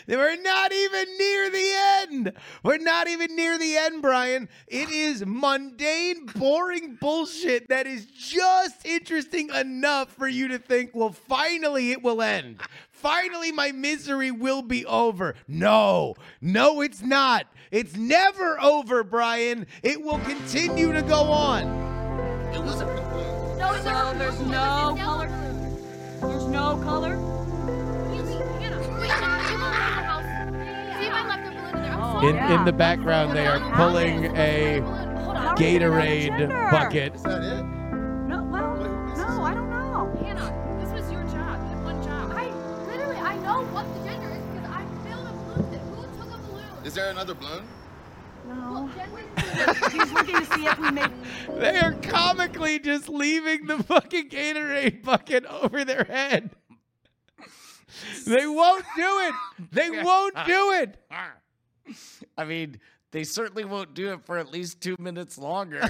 S3: We're not even near the end. We're not even near the end, Brian. It is mundane, boring bullshit that is just interesting enough for you to think, well, finally it will end. Finally, my misery will be over. No, no, it's not. It's never over, Brian. It will continue to go on.
S6: It was a pink balloon.
S5: No, it's
S4: So
S5: not a
S4: there's
S5: balloon.
S4: no
S5: It's a
S4: color.
S5: balloon.
S4: There's no color.
S5: You see- you know, Wait, no, you won't leave the house. See if I left a balloon in there. I'm
S4: Oh.
S5: sorry.
S4: In- in
S3: the background,
S5: they are
S4: pulling
S5: a Hold on.
S4: How do you know the gender?
S6: Is that it?
S4: No, well, no, I don't know.
S5: Hannah, this was your job, that one job. I literally, I know what the gender is because I filled a balloon. with it. Who took a balloon?
S6: Is there another balloon?
S5: Well,
S4: No.
S5: gender.
S4: He's looking to see if we make.
S3: They are comically just leaving the fucking Gatorade bucket over their head. They won't do it. They won't do it.
S1: I mean, they certainly won't do it for at least two minutes longer.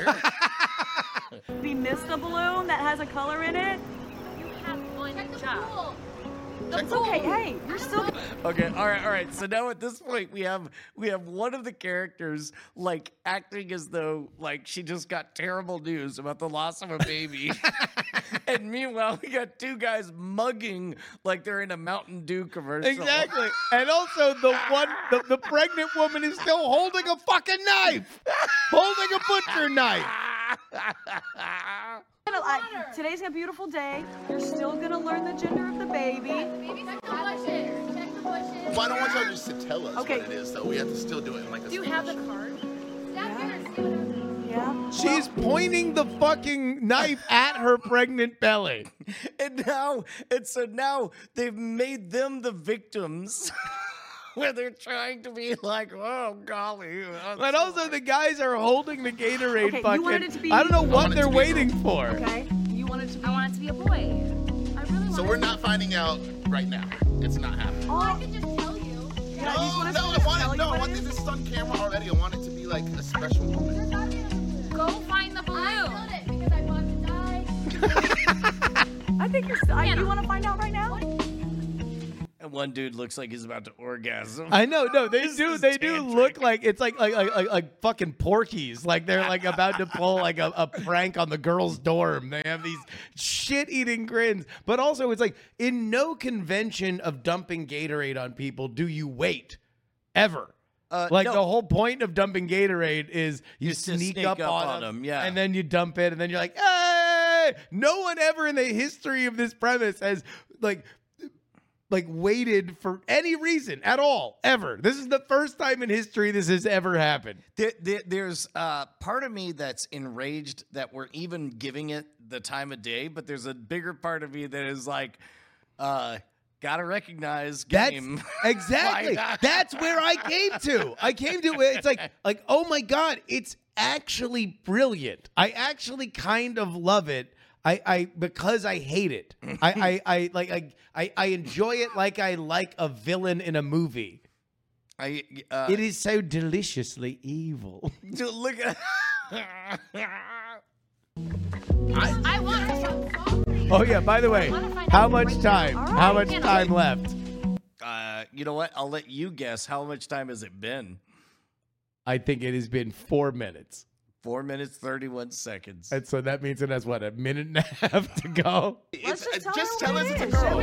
S4: We missed a balloon that has a color in it.
S5: you have one Check the
S4: job.
S5: Pool. The
S6: Check the
S5: pool.
S4: Hey, hey, you're still.
S1: okay, all right, all right. So now at this point we have we have one of the characters like acting as though like she just got terrible news about the loss of a baby. and meanwhile, we got two guys mugging like they're in a Mountain Dew commercial.
S3: Exactly. And also the one the, the pregnant woman is still holding a fucking knife. Holding a butcher knife.
S4: I, today's a beautiful day. You're still gonna learn the gender of the baby.
S5: The baby's Check the bushes. Check the bushes.
S6: Well, I don't want y'all just to tell us
S4: Okay.
S6: what it is, though. We have to still do it in like a
S5: Do you have the
S6: special-
S5: card? That's gonna see what happens.
S4: Yeah.
S3: She's pointing the fucking knife at her pregnant belly.
S1: And now, and so now they've made them the victims. Where they're trying to be like, oh golly. I'm
S3: But also the guys are holding the Gatorade
S4: Okay,
S3: bucket.
S4: you wanted it to be-
S3: I don't know
S4: I
S3: what
S6: wanted
S3: they're
S6: to be-
S3: waiting for.
S4: Okay. You wanted to.
S5: I want it to be a boy. I really want
S6: So
S5: it Oh,
S6: we're
S5: to-
S6: not finding out right now. It's not happening.
S5: Well, I could just tell you.
S4: I
S6: no,
S4: just want us
S6: no,
S4: to
S6: I want it.
S4: tell you
S6: No, I
S4: what
S6: want
S4: it
S6: this.
S4: is.
S6: It's done camera already. I want it to be like a special moment.
S5: There's gotta be another balloon. Go find the balloon. I killed it because I want to die.
S4: I think you're. Still, I, you want to find out right now?
S1: And one dude looks like he's about to orgasm.
S3: I know, no, they do.
S1: is
S3: They do
S1: tantric.
S3: look like it's like like, like like like fucking porkies. Like they're like about to pull like a, a prank on the girls' dorm. They have these shit-eating grins, but also it's like in no convention of dumping Gatorade on people do you wait ever.
S1: Uh,
S3: like
S1: no.
S3: the whole point of dumping Gatorade is you
S1: Is to
S3: sneak,
S1: sneak
S3: up, on, them,
S1: yeah.
S3: and then you dump it, and then you're like, hey! No one ever in the history of this premise has like like waited for any reason at all ever. This is the first time in history this has ever happened.
S1: There, there, there's uh, part of me that's enraged that we're even giving it the time of day, but there's a bigger part of me that is like, uh, gotta recognize game.
S3: That's exactly.
S1: Why not?
S3: That's where I came to. I came to where it's like like oh my god, it's actually brilliant. I actually kind of love it. I, I because I hate it. I, I, I like I, I I enjoy it like I like a villain in a movie.
S1: I uh,
S3: It is so deliciously evil.
S1: dude, look at.
S5: I want her to sorry.
S3: Oh yeah, by the way, how much time? How much
S5: Hannah,
S3: time left?
S1: Uh, you know what? I'll let you guess. How much time has it been?
S3: I think it has been 4 minutes.
S1: Four minutes, 31 seconds.
S3: And so that means it has what a minute and a half to go.
S6: It's,
S4: just
S6: uh,
S4: tell
S6: just
S4: her
S6: tell
S4: what
S6: us it's
S4: it
S6: a
S4: is,
S6: girl.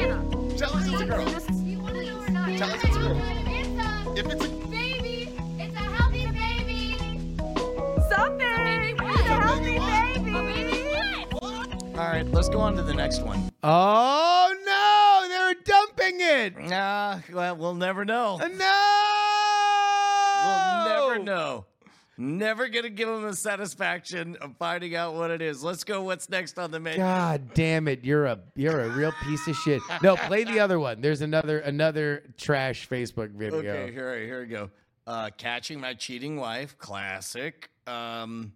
S4: Joanna.
S6: Tell us it's a girl.
S5: Do you want to know or not?
S6: Tell us it's real.
S5: It's
S6: If it's a
S5: a baby. It's a healthy baby.
S4: Something.
S5: What?
S4: It's a healthy
S5: A
S4: baby.
S5: baby what?
S1: All right, let's go on to the next one.
S3: Oh no, they're dumping it.
S1: Ah, well, we'll never know. We'll
S3: No,
S1: never know. Never gonna give them the satisfaction of finding out what it is. Let's go. What's next on the menu?
S3: God damn it! You're a you're a real piece of shit. No, play the other one. There's another another trash Facebook video.
S1: Okay, here, here we go. Uh, catching my cheating wife, classic. Um,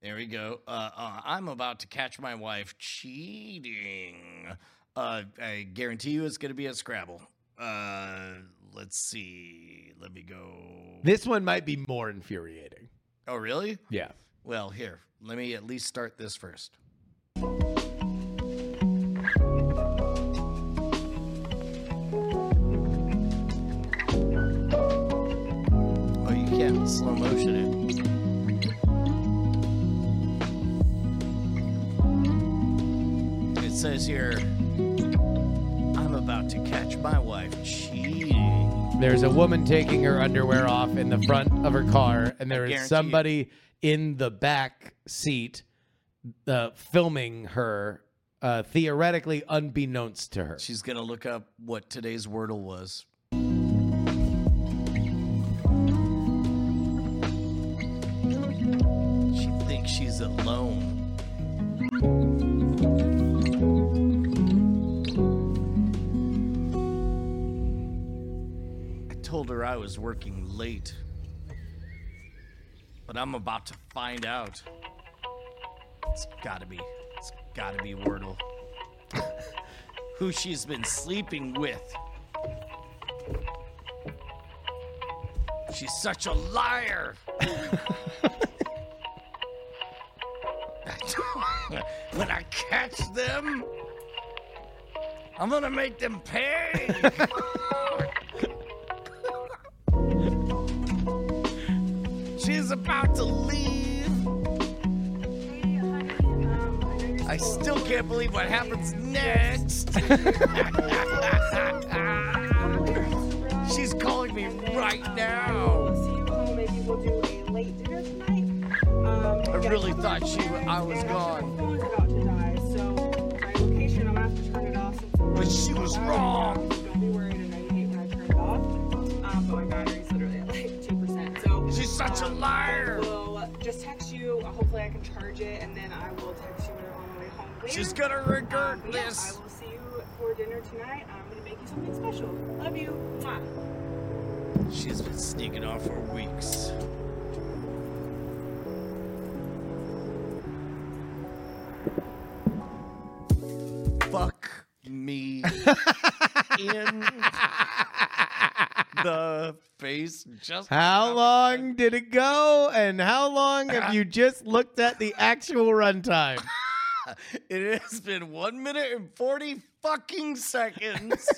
S1: there we go. Uh, uh, I'm about to catch my wife cheating. Uh, I guarantee you, it's going to be a Scrabble. Uh, let's see. Let me go.
S3: This one might be more infuriating.
S1: Oh, really?
S3: Yeah.
S1: Well, here. Let me at least start this first. Oh, Oh, you can't slow motion it. It says here, I'm about to catch my wife cheating.
S3: There's a woman taking her underwear off in the front of her car, and there
S1: guarantee
S3: is
S1: you.
S3: somebody in the back seat uh, filming her, uh, theoretically unbeknownst to her.
S1: She's gonna look up what today's wordle was. She thinks she's alone. I told her I was working late. But I'm about to find out. It's gotta be. It's gotta be Wordle who she's been sleeping with. She's such a liar. when I catch them, I'm gonna make them pay. she's about to leave. I still can't believe what happens next. She's calling me right now.
S4: Maybe we'll do a late dinner tonight. Um,
S1: I
S4: yeah,
S1: really
S4: I'm
S1: thought she w- I was
S4: Yeah,
S1: gone.
S4: My phone's about to die, so my location, I'm gonna have to turn it off. Since it's
S1: But she was
S4: loud.
S1: wrong.
S4: Don't be worried, and I hate when I turn it off. Um, but my battery's literally at like 2%. So
S1: She's such a
S4: um,
S1: liar.
S4: I will just text you. Hopefully, I can charge it, and then I will text you when I'm on my way home. Later.
S1: She's gonna regret
S4: Um, but yeah,
S1: this.
S4: I will see you for dinner tonight. I'm gonna make you something special. Love you. Mwah.
S1: She's been sneaking off for weeks. Fuck me in the face just
S3: How long did it go? And how long have you just looked at the actual runtime?
S1: It has been one minute and 40 fucking seconds.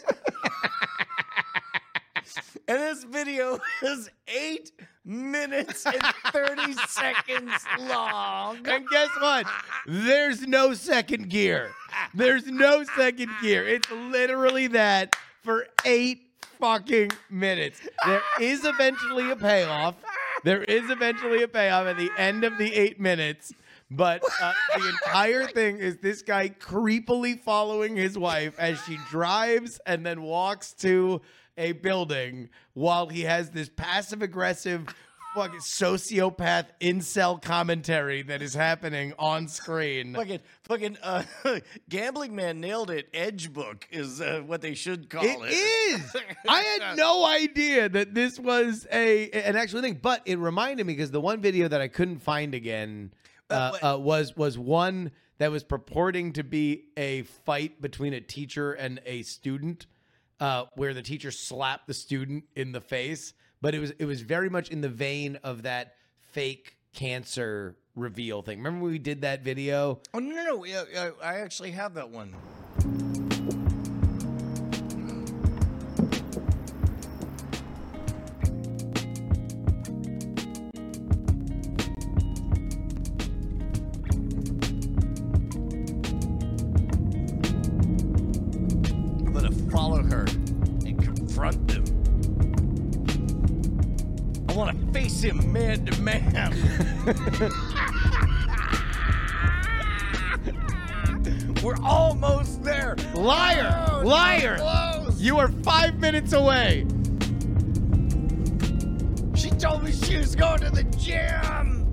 S1: and this video is eight minutes and 30 seconds long.
S3: And guess what? There's no second gear. There's no second gear. It's literally that for eight fucking minutes. There is eventually a payoff. There is eventually a payoff at the end of the eight minutes. But uh, the entire thing is this guy creepily following his wife as she drives and then walks to a building while he has this passive aggressive fucking sociopath incel commentary that is happening on screen.
S1: Fucking, fucking, uh, gambling man nailed it. Edge book is uh, what they should call it.
S3: It is. I had no idea that this was a an actual thing, but it reminded me because the one video that I couldn't find again uh,
S1: what-
S3: uh, was was one that was purporting to be a fight between a teacher and a student, uh, where the teacher slapped the student in the face. But it was it was very much in the vein of that fake cancer reveal thing. Remember when we did that video?
S1: Oh no, no, no. yeah, yeah, I actually have that one. want to face him man to man. We're almost there.
S3: Liar!
S1: Oh, so
S3: Liar!
S1: close.
S3: You are five minutes away.
S1: She told me she was going to the gym.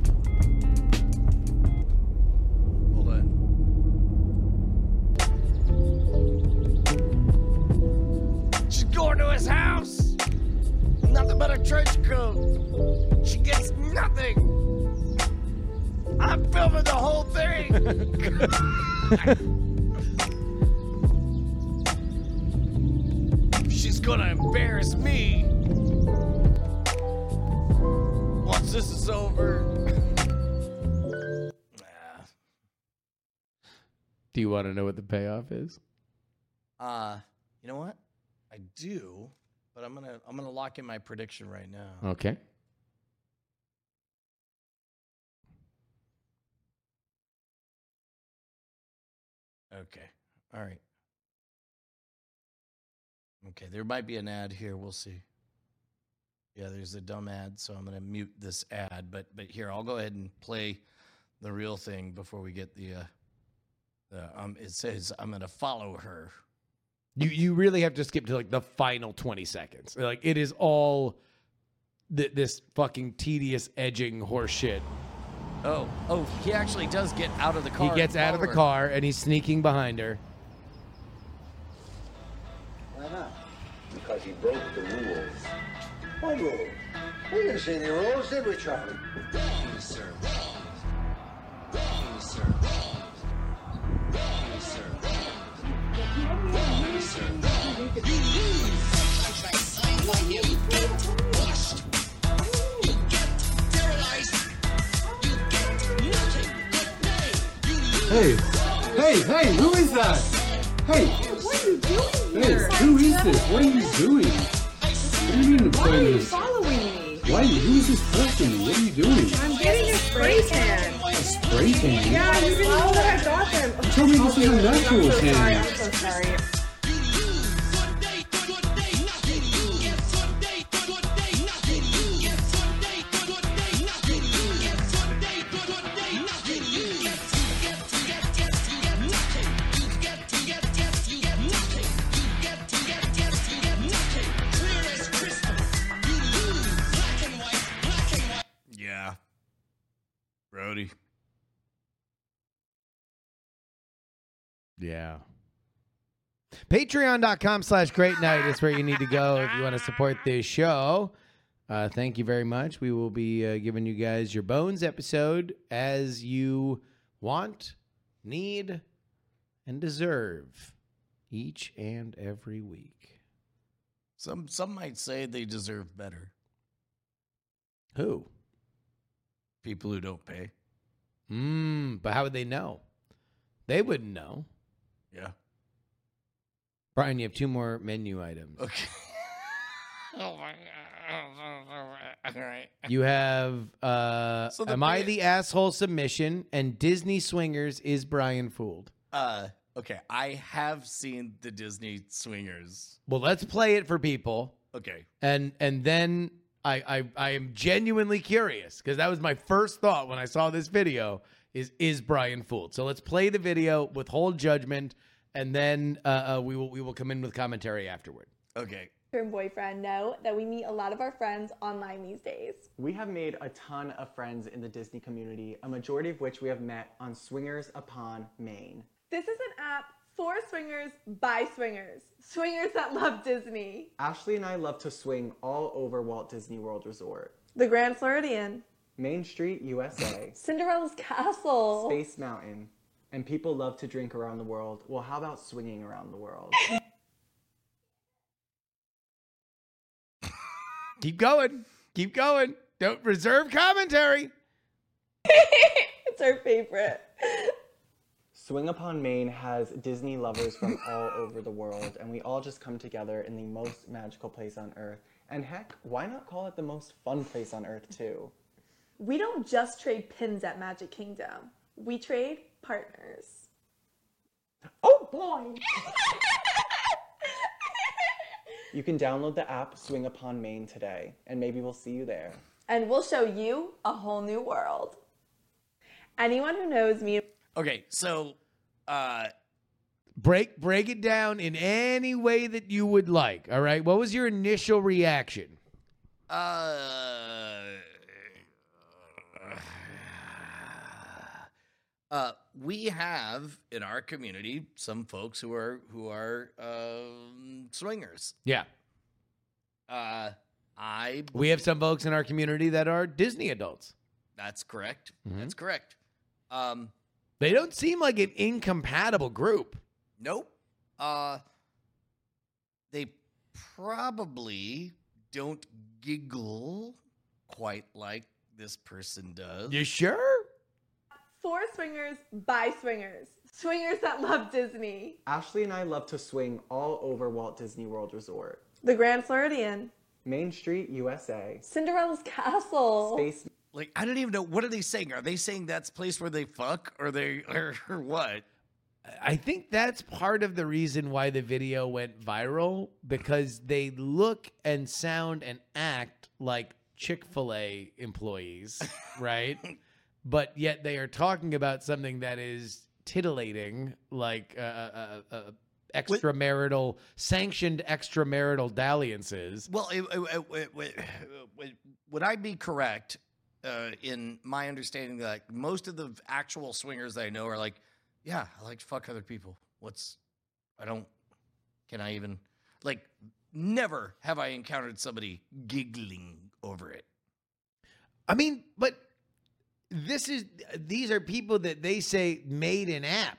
S1: Hold on. She's going to his house. Nothing but a trench coat. She gets nothing. I'm filming the whole thing. She's gonna embarrass me. Once this is over.
S3: Do you want to know what the payoff is?
S1: Uh, you know what? I do, but I'm gonna I'm gonna lock in my prediction right now.
S3: Okay.
S1: Okay. All right. Okay, there might be an ad here. We'll see. Yeah, there's a dumb ad, so I'm gonna mute this ad. But but here, I'll go ahead and play the real thing before we get the. Uh, the um, it says I'm gonna follow her.
S3: You you really have to skip to like the final 20 seconds. Like it is all th- this fucking tedious edging horseshit.
S1: Oh oh, he actually does get out of the car.
S3: He
S1: and
S3: gets out of the
S1: follow her.
S3: car and he's sneaking behind her.
S2: Why not?
S5: because he broke the rules.
S2: What rules? We didn't see any rules, did we, Charlie?
S5: Wrong, sir. Wrong. Wrong, sir. Wrong. Wrong, sir. Wrong, sir. Wrong. You lose. You get washed. You get sterilized. You get nothing but blame. You lose.
S8: Hey, hey, hey, who is that? Hey,
S9: What are you doing
S8: hey,
S9: here?
S8: who is this? What are you doing? What do you mean to
S9: Why are
S8: play
S9: you
S8: this?
S9: following me?
S8: Why? Who is this person? What are you doing?
S9: I'm getting a spray tan.
S8: A spray tan?
S1: Oh
S9: Yeah, you didn't know that I got them.
S8: You told me this is a
S9: I'm so
S8: natural
S9: sorry.
S8: tan.
S9: I'm so sorry.
S1: Yeah. Brody.
S3: Yeah. Patreon.com slash great night is where you need to go if you want to support this show. Uh, thank you very much. We will be uh, giving you guys your bones episode as you want, need, and deserve each and every week.
S1: Some some might say they deserve better.
S3: Who?
S1: People who don't pay.
S3: Mm, but how would they know? They wouldn't know.
S1: Yeah.
S3: Brian, you have two more menu items.
S1: Okay. oh my god. All right.
S3: You have uh,
S1: So the
S3: Am I
S1: bit-
S3: the Asshole submission and Disney Swingers is Brian Fooled.
S1: Uh okay, I have seen the Disney Swingers.
S3: Well, let's play it for people
S1: Okay.
S3: and and then I I, I am genuinely curious because that was my first thought when I saw this video is is Brian Fooled. So let's play the video, withhold judgment, and then uh, uh, we will we will come in with commentary afterward.
S1: Okay.
S4: and boyfriend know that we meet a lot of our friends online these days.
S10: We have made a ton of friends in the Disney community, a majority of which we have met on Swingers Upon Maine.
S4: This is an app for swingers by swingers, swingers that love Disney.
S10: Ashley and I love to swing all over Walt Disney World Resort.
S4: The Grand Floridian,
S10: Main Street, USA,
S4: Cinderella's
S3: Oh.
S4: Castle,
S10: Space Mountain, and people love to drink around the world. Well, how about swinging around the world?
S3: Keep going, keep going. Don't reserve commentary.
S4: it's our favorite.
S10: Swing Upon Maine has Disney lovers from all over the world, and we all just come together in the most magical place on earth. And heck, why not call it the most fun place on earth, too?
S4: We don't just trade pins at Magic Kingdom, we trade partners.
S10: Oh boy! you can download the app Swing Upon Maine today, and maybe we'll see you there.
S11: and we'll show you a whole new world. Anyone who knows me
S1: Okay, so uh
S3: Break break it down in any way that you would like. All right. What was your initial reaction?
S1: uh uh we have in our community some folks who are who are um swingers.
S3: Yeah.
S1: Uh I
S3: We have some folks in our community that are Disney adults.
S1: that's correct.
S3: Mhm.
S1: That's correct. Um
S3: They don't seem like an incompatible group.
S1: Nope. Uh, they probably don't giggle quite like this person does.
S3: You sure?
S11: for swingers by swingers, swingers that love Disney,
S10: Ashley and I love to swing all over Walt Disney World Resort.
S11: the Grand Floridian,
S10: Main Street, USA.
S11: Cinderella's
S4: Oh.
S11: Castle.
S10: Space
S1: Like I don't even know what are they saying. Are they saying that's place where they fuck, or they or, or what?
S3: I think that's part of the reason why the video went viral because they look and sound and act like Chick fil A employees, right? but yet they are talking about something that is titillating, like uh, uh, uh, uh, extramarital, sanctioned extramarital dalliances.
S1: Well, it, it- it- it- it- would I be correct uh, in my understanding that like, most of the actual swingers that I know are like, yeah, I like to fuck other people. What's, I don't, can I even, like, never have I encountered somebody giggling over it.
S3: I mean, but this is these are people that they say made an app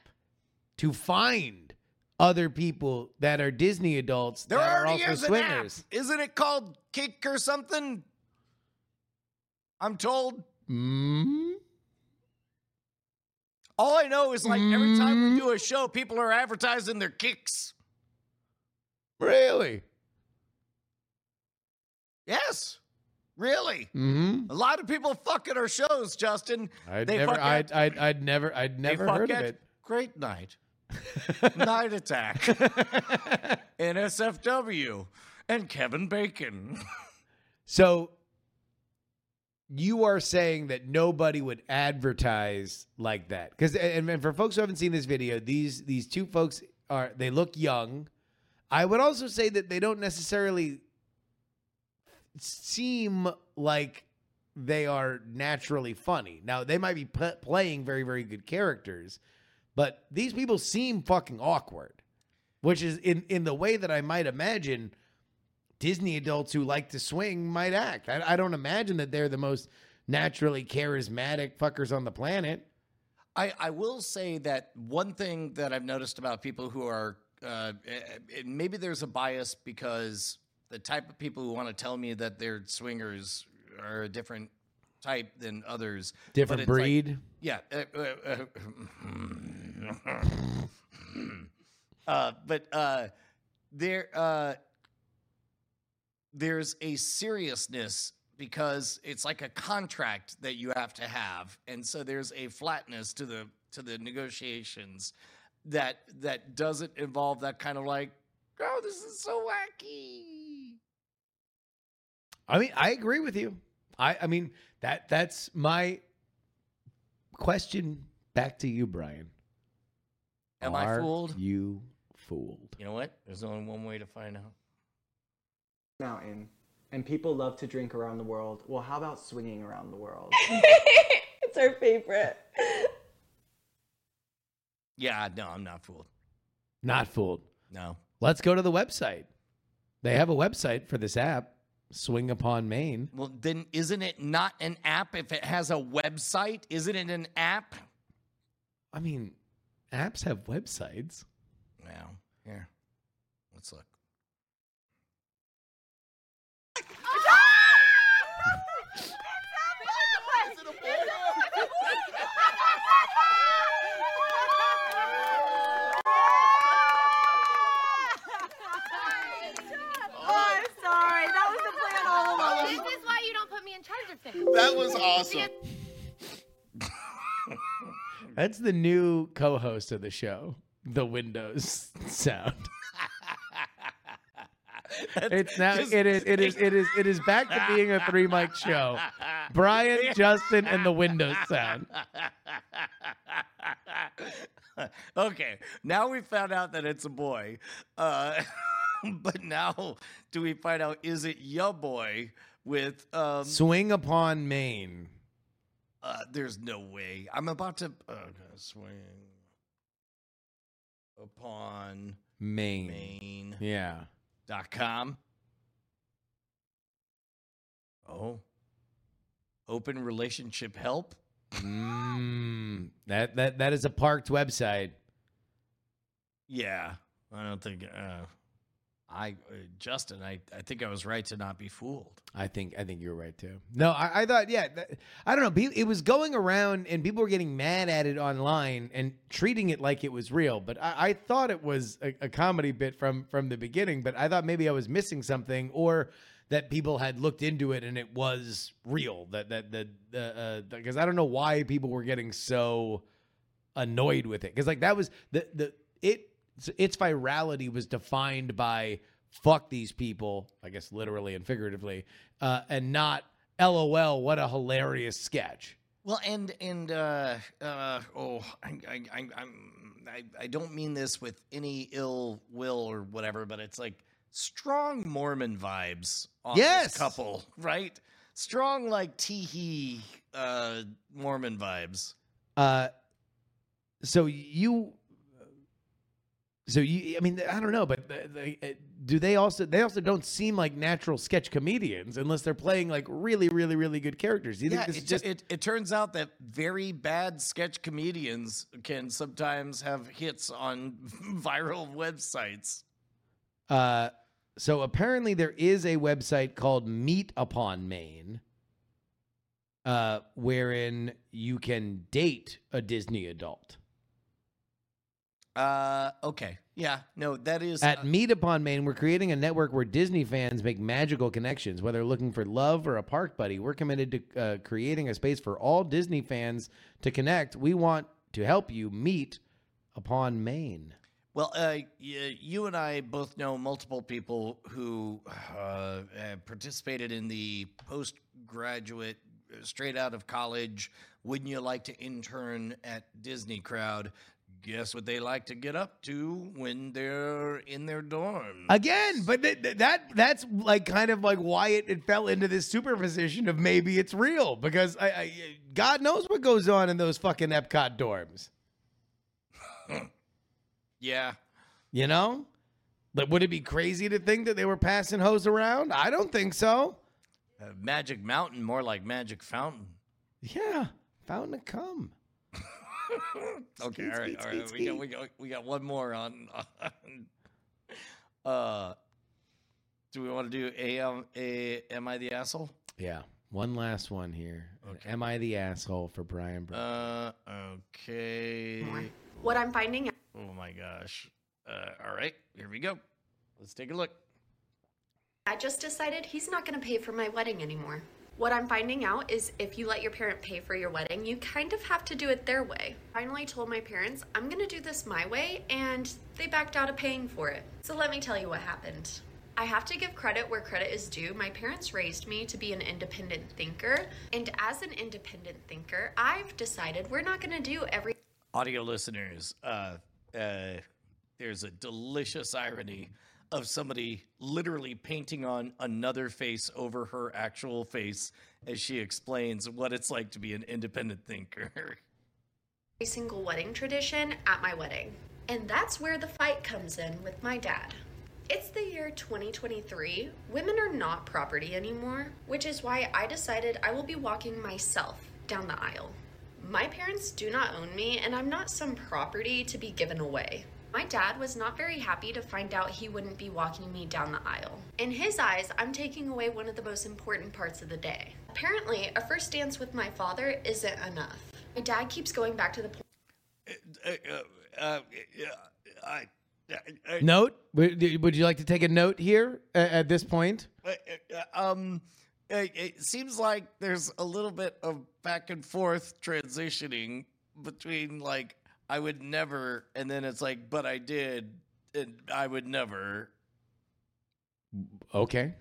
S3: to find other people that are Disney adults
S1: There
S3: that are
S1: already
S3: also
S1: is an app.
S3: swingers.
S1: Isn't it called Kick or something? I'm told.
S3: Mm?
S1: All I know is like every time
S3: Mm-hmm.
S1: we do a show, people are advertising their kicks.
S3: Really?
S1: Yes, really.
S3: Mm-hmm.
S1: A lot of people fuck at our shows, Justin.
S3: I'd
S1: They
S3: never,
S1: fuck
S3: I'd, I'd, I'd never, I'd
S1: They
S3: never
S1: fuck
S3: heard of
S1: at
S3: it.
S1: Great night. night attack. and SFW. And Kevin Bacon.
S3: So you are saying that nobody would advertise like that because and, and for folks who haven't seen this video these these two folks are they look young i would also say that they don't necessarily seem like they are naturally funny now they might be p- playing very very good characters but these people seem fucking awkward which is in in the way that i might imagine Disney adults who like to swing might act. I, I don't imagine that they're the most naturally charismatic fuckers on the planet.
S1: I, I will say that one thing that I've noticed about people who are, uh, eh, eh, maybe there's a bias because the type of people who want to tell me that they're swingers are a different type than others. But
S3: Different
S1: it's like-
S3: breed.
S1: yeah. Uh, uh, hmm. uh, uh, but uh, there, uh, there's a seriousness because it's like a contract that you have to have, and so there's a flatness to the to the negotiations that that doesn't involve that kind of like, oh, this is so wacky.
S3: I mean, I agree with you. I, I mean that that's my question back to you, Brian.
S1: Am I
S3: Are
S1: fooled?
S3: You fooled.
S1: You know what? There's only one way to find out.
S10: Mountain. And people love to drink around the world. Well, how about swinging around the world?
S11: It's our favorite.
S1: Yeah, no, I'm not fooled.
S3: Not fooled.
S1: No.
S3: Let's go to the website. They have a website for this app, Swing Upon Maine.
S1: Well, then isn't it not an app if it has a website? Isn't it an app?
S3: I mean, apps have websites.
S1: Now, here. Let's look.
S4: Oh, I'm sorry. That was the plan all along.
S5: This is why you don't put me in charge of things.
S6: That was awesome.
S3: That's the new co-host of the show, the Windows sound. It's now
S1: just-
S3: it is it is it is it is back to being a three mic show. Brian, Justin, and the Windows sound.
S1: okay, now we found out that it's a boy. Uh, but now do we find out is it your boy with um
S3: Swing upon Maine.
S1: uh, there's no way. I'm about to uh, swing upon
S3: Maine.
S1: Maine.
S3: Yeah.
S1: dot com. Oh. Open relationship help.
S3: Mm, that that that is a parked website.
S1: Yeah, I don't think uh, I, uh, Justin, I, I think I was right to not be fooled.
S3: I think I think you're right too. No, I, I thought yeah, that, I don't know. pe- It was going around and people were getting mad at it online and treating it like it was real. But I, I thought it was a, a comedy bit from from the beginning. But I thought maybe I was missing something or that people had looked into it and it was real. That that that because uh, 'cause I don't know why people were getting so annoyed with it because like that was the the it its virality was defined by fuck these people i guess literally and figuratively uh and not lol what a hilarious sketch
S1: Well, and and uh, uh, oh, I, I, I, I'm, I, I don't mean this with any ill will or whatever, but it's like strong Mormon vibes on
S3: Yes.
S1: this couple, right? Strong like teehee uh, Mormon vibes.
S3: uh so you so you i mean i don't know
S1: Uh,
S3: but they, they- do they also they also don't seem like natural sketch comedians unless they're playing like really really really good characters do you
S1: Yeah,
S3: think this
S1: it,
S3: is just
S1: it, it turns out that very bad sketch comedians can sometimes have hits on viral websites.
S3: Uh, so apparently there is a website called Meet Upon Maine, uh, wherein you can date a Disney adult.
S1: Uh, okay. Yeah. No, that is. uh,
S3: At Meet Upon Maine, we're creating a network where Disney fans make magical connections, whether looking for love or a park buddy. We're committed to uh, creating a space for all Disney fans to connect. We want to help you meet upon Maine.
S1: well, uh, y- you and I both know multiple people who uh, uh, participated in the postgraduate, uh, straight out of college, wouldn't you like to intern at Disney crowd? Guess what they like to get up to when they're in their dorm?
S3: Again, but th- th- that that's like kind of like why it, it fell into this superposition of maybe it's real because I, I God knows what goes on in those fucking Epcot dorms.
S1: Yeah.
S3: You know, like would it be crazy to think that they were passing hoes around? I don't think so.
S1: Uh, Magic Mountain, more like Magic Fountain.
S3: Yeah, fountain to come.
S1: Okay, all right, all right. We got, we got we got one more on. on uh, do we want to do am a am I the asshole?
S3: Yeah, one last one here. Am I the asshole for Brian? Bur-
S1: Uh, okay.
S12: What I'm finding out.
S1: Oh my gosh. Uh, all right, here we go. Let's take a look.
S12: I just decided he's not going to pay for my wedding anymore. What I'm finding out is if you let your parent pay for your wedding, you kind of have to do it their way. Finally told my parents, I'm going to do this my way, and they backed out of paying for it. So let me tell you what happened. I have to give credit where credit is due. My parents raised me to be an independent thinker, and as an independent thinker, I've decided we're not going to do everything
S1: Audio listeners, uh, uh, there's a delicious irony of somebody literally painting on another face over her actual face as she explains what it's like to be an independent thinker.
S12: every single wedding tradition at my wedding. And that's where the fight comes in with my dad. It's the year 2023. Women are not property anymore, which is why I decided I will be walking myself down the aisle. My parents do not own me, and I'm not some property to be given away. My dad was not very happy to find out he wouldn't be walking me down the aisle. In his eyes, I'm taking away one of the most important parts of the day. Apparently, a first dance with my father isn't enough. My dad keeps going back to the point.
S1: Uh, uh, uh, yeah, I, I, I-
S3: note? Would, would you like to take a note here uh, at this point?
S1: uh, uh, um, it, it seems like there's a little bit of back and forth transitioning between like I would never, and then it's like, but I did, and I would never.
S3: Okay.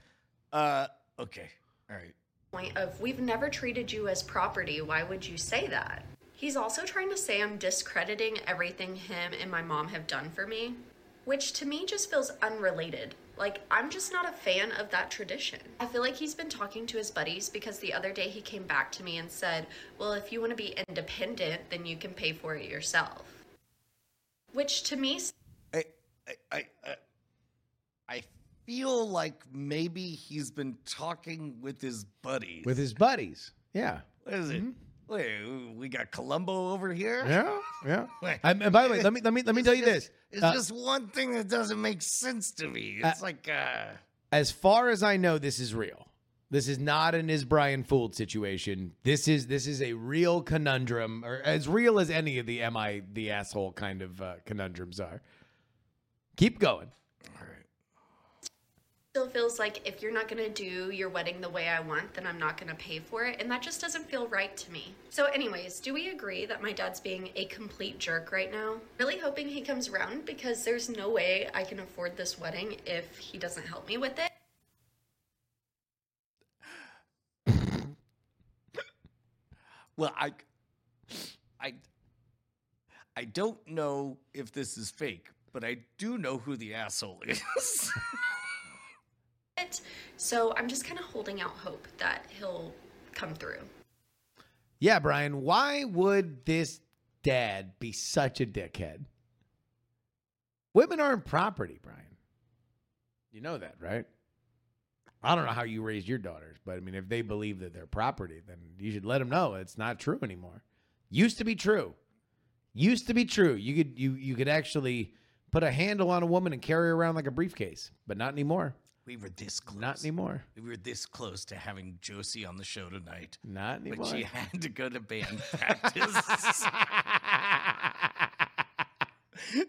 S1: Uh, okay. All right.
S12: point of we've never treated you as property why would you say that he's also trying to say i'm discrediting everything him and my mom have done for me which to me just feels unrelated like i'm just not a fan of that tradition i feel like he's been talking to his buddies because the other day he came back to me and said well if you want to be independent then you can pay for it yourself which to me
S1: I, I, uh, I feel like maybe he's been talking with his buddies.
S3: With his buddies. Yeah.
S1: What is it? Wait, we got Columbo over here.
S3: Yeah, yeah. Um, and by the way, let me let me let me tell you this.
S1: It's
S3: Uh,
S1: just one thing that doesn't make sense to me. It's like, uh,
S3: as far as I know, this is real. This is not an is Brian fooled situation. This is this is a real conundrum, or as real as any of the "am I the asshole" kind of uh, conundrums are. Keep going.
S12: still feels like if you're not going to do your wedding the way I want, then I'm not going to pay for it. And that just doesn't feel right to me. So, anyways, do we agree that my dad's being a complete jerk right now? Really hoping he comes around because there's no way I can afford this wedding if he doesn't help me with it.
S1: well, I, I, I don't know if this is fake, but I do know who the asshole is.
S12: it. So, I'm just kind of holding out hope that he'll come through.
S3: Yeah, Brian. Why would this dad be such a dickhead? Women aren't property, Brian. You know that, right? I don't know how you raised your daughters, but I mean, if they believe that they're property, then you should let them know it's not true anymore. Used to be true. Used to be true. You could you you could actually put a handle on a woman and carry her around like a briefcase, but not anymore.
S1: we were this close.
S3: Not anymore.
S1: We were this close to having Josie on the show tonight.
S3: Not
S1: But she
S3: anymore.
S1: had to go to band practice.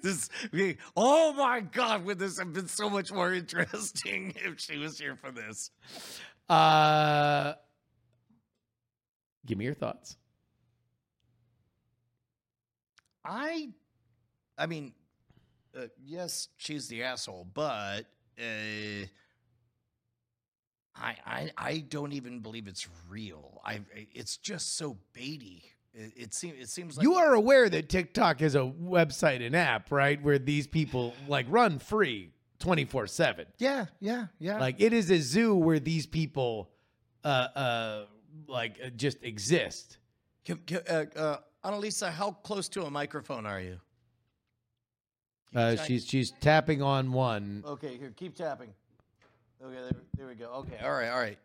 S1: this, we- oh my God, would this have been so much more interesting if she was here for this?
S3: Uh, give me your thoughts.
S1: I, I mean, uh, yes, she's the asshole, but uh, I, I, I don't even believe it's real. I, it's just so baity. It, it seems, it seems like
S3: you are aware that TikTok is a website and app, right? Where these people like run free 24 7.
S1: Yeah, yeah, yeah.
S3: Like it is a zoo where these people uh uh like uh, just exist.
S1: Can- can- uh, uh, Annalisa, how close to a microphone are you?
S3: Uh,
S1: try-
S3: she's she's tapping on one.
S1: Okay, here, keep tapping. Okay, there, there we go. Okay, all right, all right.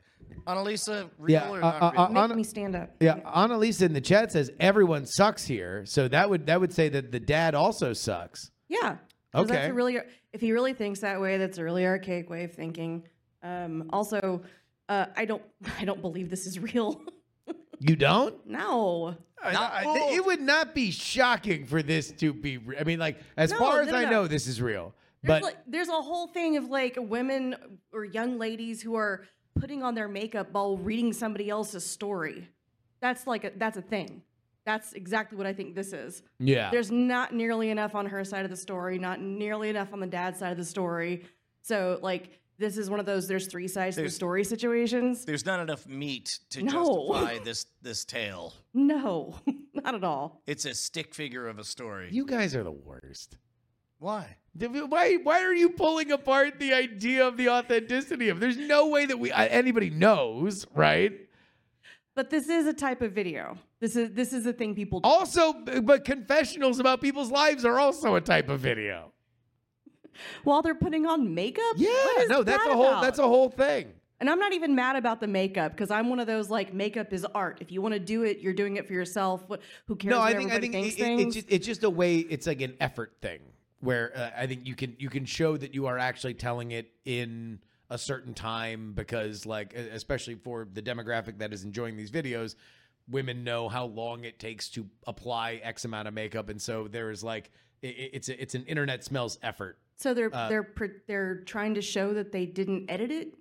S1: Annalisa, real
S3: Yeah,
S1: or
S3: uh,
S1: not
S3: uh,
S1: real?
S3: uh, Make Anna- me
S13: stand up.
S3: Yeah, Annalisa in the chat says everyone sucks here, so that would that would say that the dad also sucks.
S13: Yeah. 'cause That's
S3: Okay.
S13: a really, if he really thinks that way, that's a really archaic way of thinking. Um, also, uh, I don't, I don't believe this is real.
S3: You don't?
S13: no.
S3: I- th-
S1: oh.
S3: it would not be shocking for this to be. Re- I mean, like as
S13: No,
S3: far as
S13: no, no,
S3: I
S13: no.
S3: know, this is real.
S13: There's
S3: But
S13: like, there's a whole thing of like women or young ladies who are putting on their makeup while reading somebody else's story. That's like a, that's a thing. That's exactly what I think this is.
S3: Yeah.
S13: There's not nearly enough on her side of the story, not nearly enough on the dad's side of the story. So like this is one of those there's three sides to
S1: There's-
S13: the story situations.
S1: There's not enough meat to
S13: No.
S1: justify this this tale.
S13: No, not at all.
S1: It's a stick figure of a story.
S3: you guys are the worst.
S1: Why?
S3: Why? Why are you pulling apart the idea of the authenticity of? There's no way that we I, anybody knows, right?
S13: But this is a type of video. This is this is a thing people do.
S3: Also, but confessionals about people's lives are also a type of video.
S13: while they're putting on makeup. Yeah,
S3: no, that's a whole- that's a whole thing.
S13: And I'm not even mad about the makeup because I'm one of those like makeup is art. If you want to do it, you're doing it for yourself. What who cares?
S3: no,
S13: what
S3: I think I
S13: everybody
S3: think
S13: thinks
S3: it, it-
S13: things?
S3: it's just, it's just a way. It's like an effort thing where uh, I think you can you can show that you are actually telling it in a certain time because like e- especially for the demographic that is enjoying these videos, women know how long it takes to apply X amount of makeup, and so there is like i- i it's a, it's an internet smells effort.
S13: so they're
S3: uh,
S13: they're pr- they're trying to show that they didn't edit it.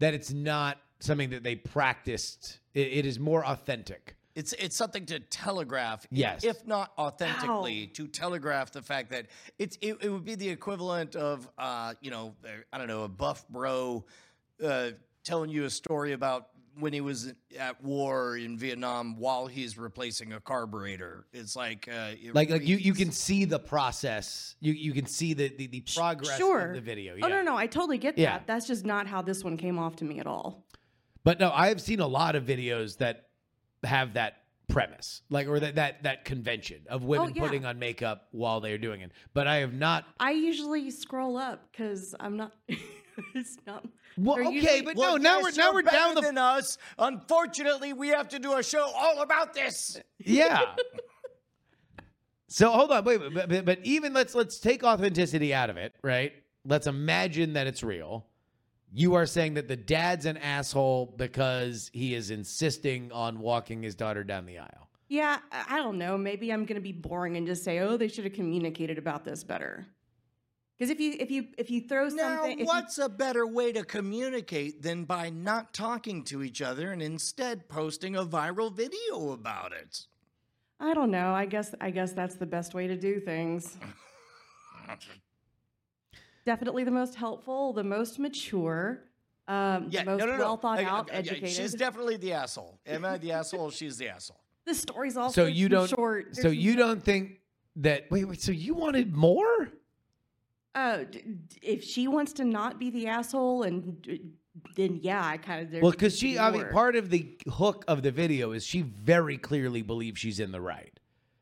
S3: that it's not something that they practiced. I- it is more authentic.
S1: It's it's something to telegraph, i-
S3: Yes.
S1: if not authentically, to telegraph the fact that it's it, it would be the equivalent of uh, you know uh, I don't know a buff bro uh, telling you a story about when he was at war in Vietnam while he's replacing a carburetor. It's like uh, it
S3: Like like
S1: re-
S3: you you can see the process. You you can see the the, the progress
S13: sure.
S3: of the video.
S13: Oh
S3: yeah.
S13: no, no, I totally get that.
S3: Yeah.
S13: That's just not how this one came off to me at all.
S3: But no, I've seen a lot of videos that have that premise, like or that that that convention of women
S13: Oh, yeah.
S3: putting on makeup while they're doing it. But I have not.
S13: I usually scroll up because I'm not. it's not.
S3: Well,
S13: they're
S3: okay,
S13: usually-
S3: but
S1: Well, yes, you're better than us. Unfortunately, we have to do a show all about this.
S3: Yeah. so hold on, wait, but, but but even let's let's take authenticity out of it, right? Let's imagine that it's real. You are saying that the dad's an asshole because he is insisting on walking his daughter down the aisle.
S13: Yeah, I I don't know. Maybe I'm gonna be boring and just say, "Oh, they should have communicated about this better." Because if you if you if you throw
S1: Now,
S13: something, if you-
S1: what's a better way to communicate than by not talking to each other and instead posting a viral video about it?
S13: I don't know. I guess I guess that's the best way to do things. Definitely the most helpful, the most mature, um, the most well thought
S1: I- I-
S13: out,
S1: I-
S13: educated.
S1: uh, She's definitely the asshole. Am I the asshole? She's the asshole.
S13: the story's also
S3: so you
S13: too
S3: don't.
S13: short.
S3: so
S13: There's-
S3: you don't think that? Wait, wait. So you wanted more?
S13: Oh, d- d- if she wants to not be the asshole, and d- then yeah, I kind of
S3: Well, because she, I mean, part of the hook of the video is she very clearly believes she's in the right.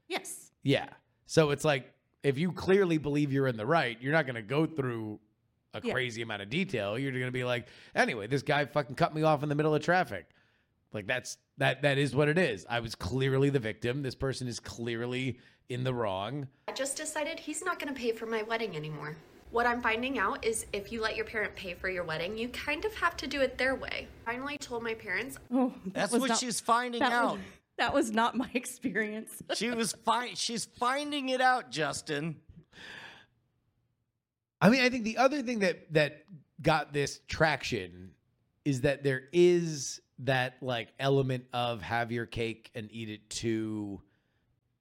S13: yes,
S3: Yeah. So it's like if you clearly believe you're in the right, you're not going to go through a
S13: Yeah.
S3: crazy amount of detail. You're going to be like, anyway, this guy fucking cut me off in the middle of traffic. Like that's that that is what it is. I was clearly the victim. This person is clearly in the wrong.
S12: I just decided he's not going to pay for my wedding anymore. What I'm finding out is if you let your parent pay for your wedding, you kind of have to do it their way. Finally told my parents
S13: Oh, that
S1: That's
S13: was
S1: what
S13: not-
S1: she's finding
S13: that was-
S1: out.
S13: that was not my experience.
S1: She was fi- She's finding it out, Justin.
S3: I mean, I think the other thing that that got this traction is that there is that like element of have your cake and eat it too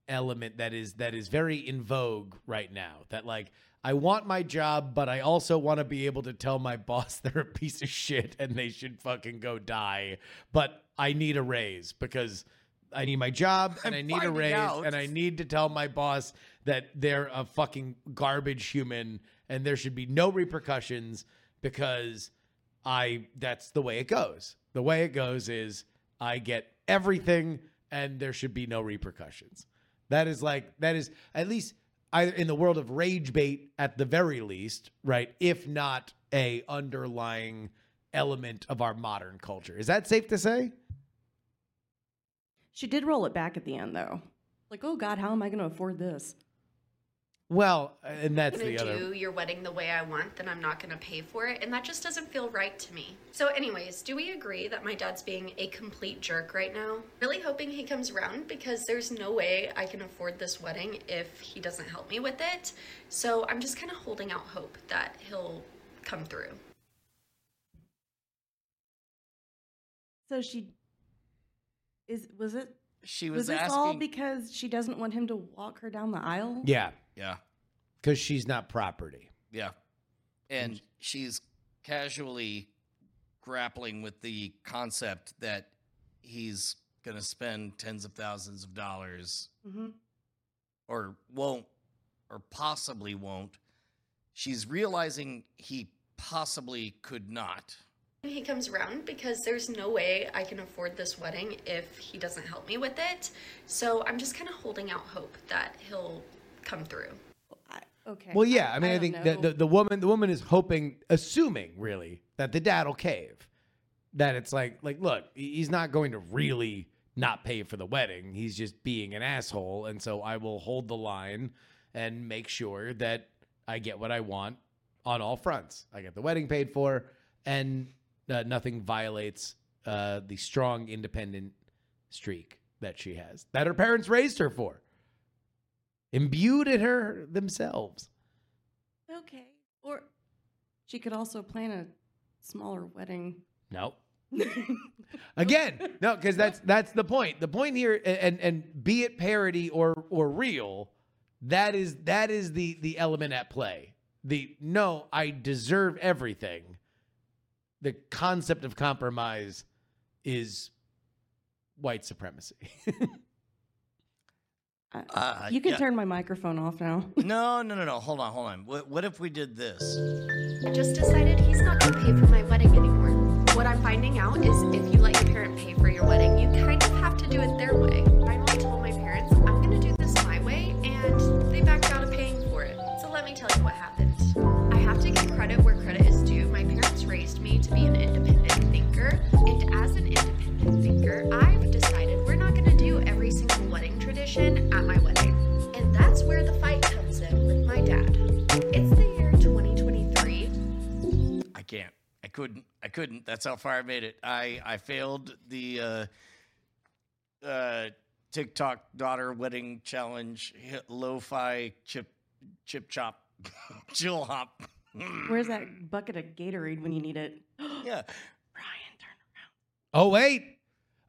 S3: element that is that is very in vogue right now. That like I want my job, but I also want to be able to tell my boss they're a piece of shit and they should fucking go die. But I need a raise because I need my job and i need a
S1: finding
S3: raise
S1: out.
S3: and I need to tell my boss that they're a fucking garbage human and there should be no repercussions because I that's the way it goes. The way it goes is I get everything and there should be no repercussions. That is like that is at least either in the world of rage bait at the very least, right? If not a underlying element of our modern culture. Is that safe to say?
S13: She did roll it back at the end, though. Like, oh God, how am I going to afford this?
S3: Well, and that's
S12: I'm
S3: the
S12: gonna
S3: other
S12: do your wedding the way I want, then I'm not gonna pay for it, and that just doesn't feel right to me. So, anyways, do we agree that my dad's being a complete jerk right now? Really hoping he comes around because there's no way I can afford this wedding if he doesn't help me with it. So I'm just kind of holding out hope that he'll come through.
S13: So she is. Was it?
S1: She
S13: was
S1: was
S13: this
S1: asking.
S13: all because she doesn't want him to walk her down the aisle?
S3: Yeah.
S1: Yeah.
S3: Cuz she's not property.
S1: Yeah. And she's casually grappling with the concept that he's going to spend tens of thousands of dollars
S13: Mhm.
S4: Mm-hmm.
S1: or won't or possibly won't. She's realizing he possibly could not.
S12: He comes around because there's no way I can afford this wedding if he doesn't help me with it. So I'm just kind of holding out hope that he'll come through.
S13: Okay.
S3: Well, yeah. I mean, I,
S13: don't
S3: think that
S13: know.
S3: the, the woman the woman is hoping, assuming really, that the dad will cave. That it's like like look, he- he's not going to really not pay for the wedding. He's just being an asshole, and so I will hold the line and make sure that I get what I want on all fronts. I get the wedding paid for, and uh, nothing violates uh, the strong independent streak that she has that her parents raised her for, imbued in her themselves.
S13: Okay. Or she could also plan a smaller wedding.
S3: Nope. Again, no, because that's that's the point. The point here, a- and and be it parody or or real, that is that is the the element at play. The no, I deserve everything. The concept of compromise is white supremacy.
S1: Uh,
S13: you can
S1: yeah.
S13: turn my microphone off now.
S1: No, no, no, no. Hold on, hold on. What, what if we did this?
S12: Just decided he's not gonna pay for my wedding anymore. What I'm finding out is if you let your parent pay for your wedding, you kind of have to do it their way. Finally told my parents, I'm gonna do this my way, and they backed out of paying for it. So let me tell you what happened. I have to give credit where credit is due. My parents raised me to be an independent thinker, and as an independent thinker, I've decided we're not gonna do every single wedding tradition at my wedding. And that's where the fight comes in with my dad. It's the year 2023.
S1: I can't. I couldn't. I couldn't. That's how far I made it. I I failed the uh, uh, TikTok daughter wedding challenge. Hit lo-fi chip chip chop chill hop.
S13: Where's that bucket of Gatorade when you need it?
S1: yeah.
S3: oh wait,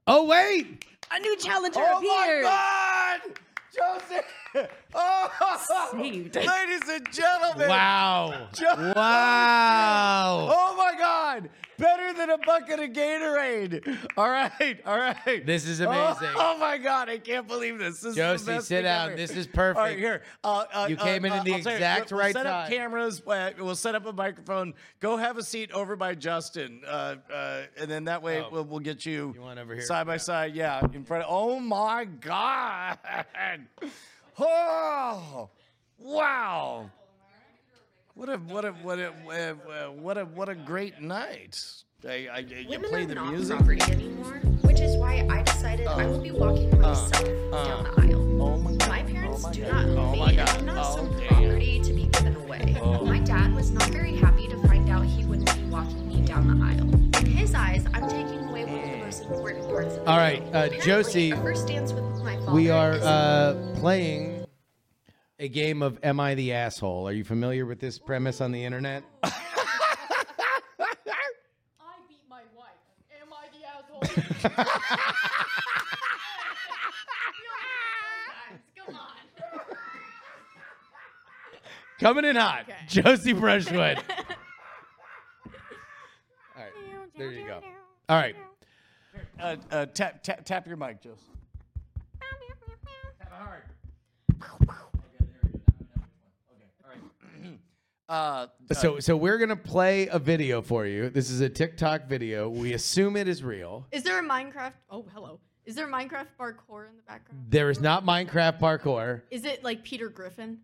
S3: oh wait.
S13: A new challenger
S1: Oh
S13: appeared.
S1: my God! Joseph! Oh!
S13: Saved.
S1: Ladies and gentlemen!
S3: Wow.
S1: Jo-
S3: Wow.
S1: Oh my God! Better than a bucket of Gatorade. All right, all right.
S3: This is
S1: Oh,
S3: amazing.
S1: Oh, my God! I can't believe this. this is
S3: Josie,
S1: the best
S3: sit
S1: thing
S3: down.
S1: ever.
S3: This is
S1: All right,
S3: perfect.
S1: here. Uh, uh,
S3: You
S1: uh,
S3: came in
S1: uh,
S3: at the
S1: I'll tell you,
S3: exact
S1: we'll
S3: right
S1: set up
S3: time.
S1: cameras. uh, We'll set up a microphone. Go have a seat over by Justin, uh, uh, and then that way
S3: Oh.
S1: we'll, we'll get you,
S3: over here?
S1: side by side. Yeah, in front. of Oh my God! Oh, wow! What a what a what a uh, what a what a great night! I, I, you
S12: Women
S1: play
S12: are
S1: the
S12: not
S1: music.
S12: property anymore, which is why I decided I will be walking
S1: Uh,
S12: myself down the aisle.
S1: my,
S12: parents do not own
S1: Oh
S12: me,
S1: my
S12: and
S1: God.
S12: I'm not
S1: Oh,
S12: some
S1: damn.
S12: property to be given away.
S1: Oh.
S12: My dad was not very happy to find out he wouldn't be walking me down the aisle. In his eyes, I'm taking away one of the most important parts of
S3: All right, uh, Josie.
S12: my first dance with my father.
S3: We are
S12: is-
S3: uh, playing a game of Am I the Asshole? Are you familiar with this premise on the internet?
S5: I beat my wife. Am I the asshole? Come on.
S3: Coming in hot, Josie Brushwood. All right, there you go. All right.
S1: Uh, uh, tap, tap, tap your mic, Joseph. Uh,
S3: So, so we're gonna play a video for you. This is a TikTok video. We assume it is real.
S5: Is there a Minecraft? Oh, hello. Is there Minecraft parkour in the background?
S3: There is not Minecraft parkour.
S5: Is it like Peter Griffin?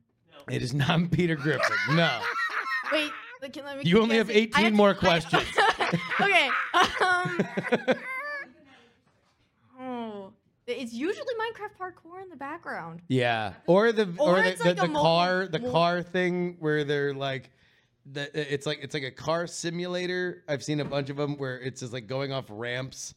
S3: It is not Peter Griffin. No,
S5: Wait, like, can let me
S3: you only have 18 more questions.
S5: okay. Um, oh, it's usually Minecraft parkour in the background.
S3: Yeah, or the
S5: Or
S3: or, the,
S5: it's
S3: the,
S5: like
S3: the
S5: a multi-
S3: car the
S5: mul-
S3: car thing where they're like, the, it's like it's like a car simulator. I've seen a bunch of them where it's just like going off ramps,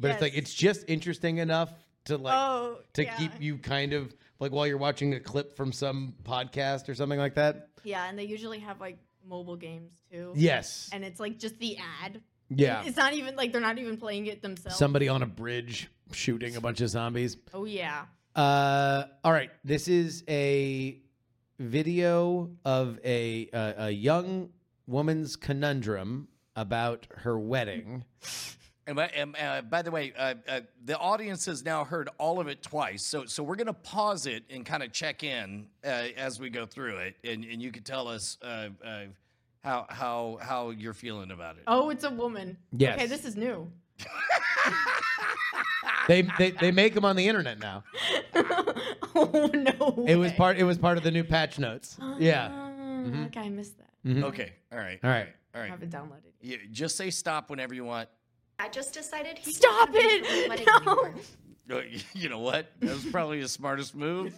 S3: but it's like
S5: Yes.
S3: it's just interesting enough to like
S5: Oh,
S3: to
S5: yeah.
S3: keep you kind of like while you're watching a clip from some podcast or something like that.
S5: Yeah, and they usually have like mobile games too.
S3: Yes.
S5: And it's like just the ad.
S3: Yeah.
S5: It's not even like they're not even playing it themselves.
S3: Somebody on a bridge shooting a bunch of zombies.
S5: Oh yeah.
S3: Uh, all right. This is a video of a uh, a young woman's conundrum about her wedding.
S1: And by, and, uh, by the way, uh, uh, the audience has now heard all of it twice, so so we're gonna pause it and kind of check in uh, as we go through it, and, and you can tell us uh, uh, how how how you're feeling about it.
S5: Oh, it's a woman.
S3: Yes.
S5: Okay, this is new.
S3: They they, they make them on the internet now.
S5: oh no.
S3: It was part it was part of the new patch notes. Yeah.
S5: Ah,
S3: Mhm.
S5: Okay, I missed that.
S3: Mhm.
S1: Okay, all right,
S3: All right.
S1: all
S5: I
S1: right.
S5: haven't downloaded.
S1: You, just say stop whenever you want.
S12: I just decided he's
S5: Stop
S12: not gonna pay for my
S5: it!
S12: wedding
S5: No.
S1: Uh, You know what? That was probably the smartest move.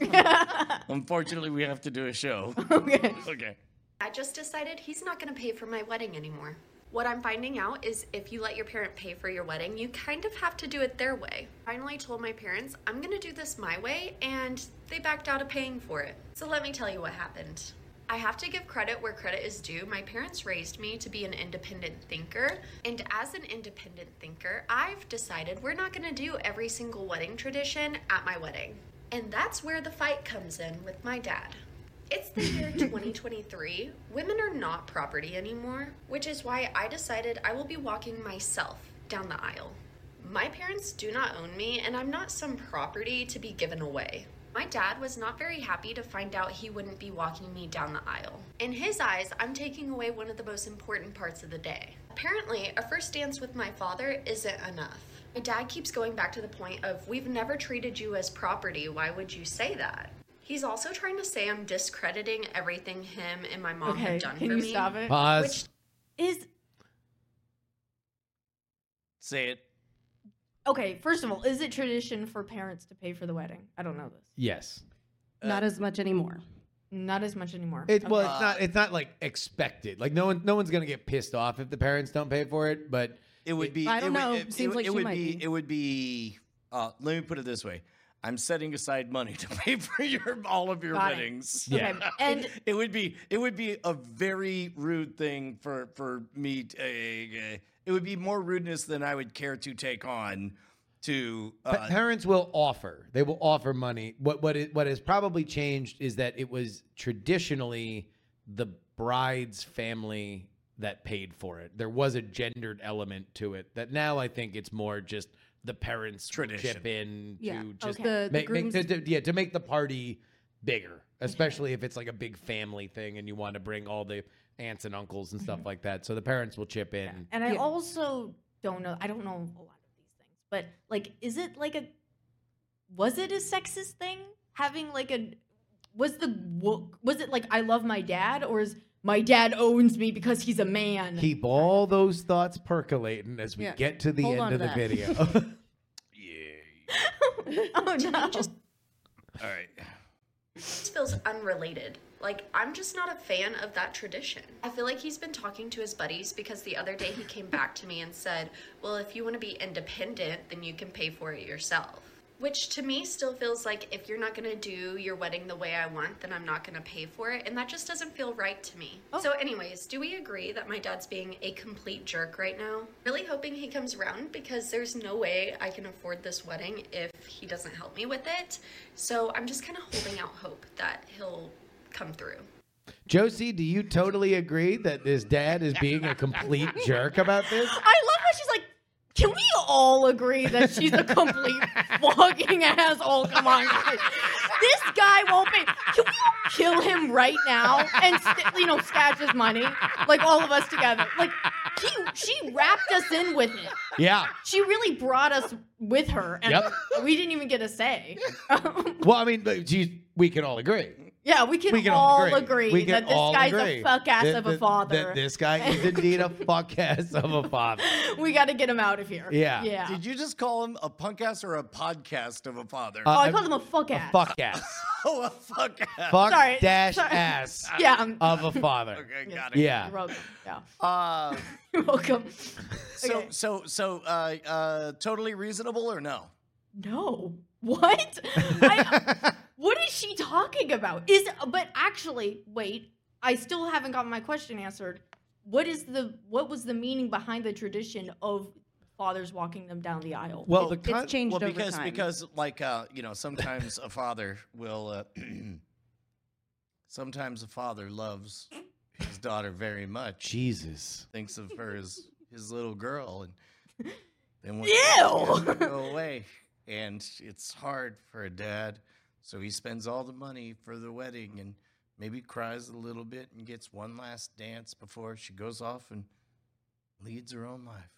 S1: Unfortunately, we have to do a show.
S5: Okay.
S1: Okay.
S12: I just decided he's not going to pay for my wedding anymore. What I'm finding out is if you let your parent pay for your wedding, you kind of have to do it their way. Finally told my parents, I'm going to do this my way, and they backed out of paying for it. So let me tell you what happened. I have to give credit where credit is due. My parents raised me to be an independent thinker. And as an independent thinker, I've decided we're not going to do every single wedding tradition at my wedding. And that's where the fight comes in with my dad. It's the year 2023. Women are not property anymore, which is why I decided I will be walking myself down the aisle. My parents do not own me, and I'm not some property to be given away. My dad was not very happy to find out he wouldn't be walking me down the aisle. In his eyes, I'm taking away one of the most important parts of the day. Apparently, a first dance with my father isn't enough. My dad keeps going back to the point of, We've never treated you as property, why would you say that? He's also trying to say I'm discrediting everything him and my mom
S14: Okay,
S12: have done
S14: can
S12: for
S14: you
S12: me.
S14: stop it?
S3: Pause.
S14: Is
S1: Say it.
S14: okay. First of all, is it tradition for parents to pay for the wedding? I don't know this.
S3: Yes.
S13: Not as much anymore.
S14: Not as much anymore.
S3: Uh, It well,
S14: Okay.
S1: Uh,
S3: it's not. It's not like expected. Like no one, no one's gonna get pissed off if the parents don't pay for it. But
S1: It would be.
S14: I don't
S1: it would-
S14: know.
S1: It,
S14: Seems
S1: it,
S14: like
S1: it
S14: she
S1: would
S14: might
S1: be, It would be. Uh, let me put it this way: I'm setting aside money to pay for your all of your
S14: Got it.
S1: weddings.
S14: Okay, Yeah. and-
S1: it would be. It would be a very rude thing for for me. To, uh, uh, it would be more rudeness than I would care to take on. To
S3: Pa-
S1: uh,
S3: parents will offer. They will offer money. What what is, what has probably changed is that it was traditionally the bride's family that paid for it. There was a gendered element to it that now I think it's more just the parents
S1: Tradition.
S3: chip in
S13: Yeah,
S3: to just
S13: okay. The- the
S3: make, make
S13: groom's-
S3: to- to- yeah to make the party bigger, especially if it's like a big family thing and you want to bring all the aunts and uncles and
S13: Mm-hmm.
S3: stuff like that. So the parents will chip in.
S14: And I also don't know. I don't know a lot of these things, but like, is it like a? Was it a sexist thing having like a? Was the wo- was it like I love my dad or is my dad owns me because he's a man?
S3: Keep all those thoughts percolating as we
S14: Yeah.
S3: get to the
S14: Hold on
S3: end
S14: to
S3: of the
S14: that.
S3: video.
S14: oh no!
S1: all right.
S12: This feels unrelated. Like, I'm just not a fan of that tradition. I feel like he's been talking to his buddies because the other day he came back to me and said, Well, if you want to be independent, then you can pay for it yourself. Which to me still feels like if you're not going to do your wedding the way I want, then I'm not going to pay for it. And that just doesn't feel right to me. So, anyways, do we agree that my dad's being a complete jerk right now? Really hoping he comes around because there's no way I can afford this wedding if he doesn't help me with it. So, I'm just kind of holding out hope that he'll come through.
S3: Josie, do you totally agree that this dad is being a complete jerk about this?
S14: I love how she's like, can we all agree that she's a complete fucking asshole? Come on, guys. This guy won't pay. Can we all kill him right now and, st- you know, stash his money? Like, all of us together. Like, he, she wrapped us in with it.
S3: Yeah.
S14: She really brought us with her, and
S3: Yep.
S14: we didn't even get a say.
S3: Well, I mean, but geez, we can all agree.
S14: Yeah, we can,
S3: We can
S14: all
S3: all
S14: agree,
S3: agree. We can
S14: that this
S3: all
S14: guy's
S3: agree
S14: a fuck ass
S3: that-
S14: of a
S3: that-
S14: father.
S3: That this guy is indeed a fuck ass of a father.
S14: we got to get him out of here.
S3: Yeah.
S14: Yeah.
S1: Did you just call him a punk ass or a podcast of a father?
S3: Uh,
S14: oh, I called him a fuck ass.
S3: Fuck ass.
S1: oh, a fuck ass.
S3: Fuck
S14: Sorry,
S3: dash
S14: sorry.
S3: ass
S14: Yeah, I'm-
S3: of a father.
S1: Okay,
S14: Yes.
S1: got it.
S3: Yeah.
S14: You're welcome. Yeah.
S1: Uh,
S14: You're welcome.
S1: so so so uh, uh, totally reasonable or no?
S14: No. What? I, what is she talking about? Is but actually, wait, I still haven't gotten my question answered. What is the what was the meaning behind the tradition of fathers walking them down the aisle?
S3: Well, the con-
S1: well, because because like uh, you know sometimes a father will uh, sometimes a father loves his daughter very much.
S3: Jesus
S1: thinks of her as his little girl, and then when
S14: Ew!
S1: go away, and it's hard for a dad, so he spends all the money for the wedding and maybe cries a little bit and gets one last dance before she goes off and leads her own life.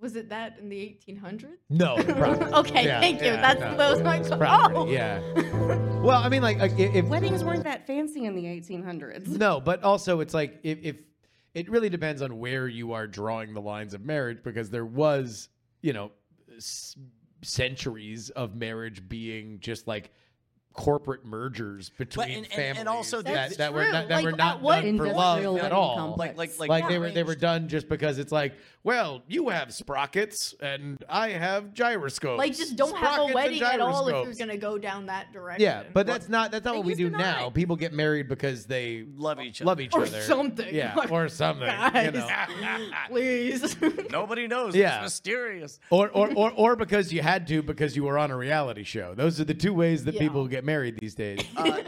S14: was it that in the 1800s?
S3: No. probably.
S14: Okay,
S3: Yeah,
S14: thank you.
S3: yeah,
S14: That's
S3: no,
S14: that was my
S3: it's
S14: question.
S3: property,
S14: Oh,
S3: Yeah. Well, I mean, like, like, i- if
S13: Weddings weren't that fancy in the 1800s.
S3: No, but also it's like if, if it really depends on where you are drawing the lines of marriage because there was, you know, s- centuries of marriage being just like corporate mergers between
S1: and- and-
S3: families
S1: and also
S3: that,
S1: that's
S3: that were
S1: true.
S3: not, that
S1: Like,
S3: were
S1: at
S3: not
S1: what
S3: done for love
S1: industrial
S3: at
S1: wedding
S3: all.
S1: complex? Like- like-
S3: like
S1: Yeah,
S3: they were they were done just because it's like, well, you have sprockets and I have gyroscopes.
S14: Like, just don't have
S3: Sprockets
S14: a
S3: and
S14: wedding at all if you're
S3: gyroscopes.
S14: gonna go down that direction.
S3: Yeah, but that's not that's not what we do
S14: not.
S3: now. People get married because they
S1: love each
S3: love each
S14: Or
S3: other
S14: something.
S3: Yeah,
S14: Like,
S3: or something. You
S14: guys.
S3: know.
S14: Please.
S1: Nobody knows.
S3: Yeah.
S1: It's mysterious.
S3: or, or, or, or because you had to because you were on a reality show. Those are the two ways that people get married these days.
S1: uh,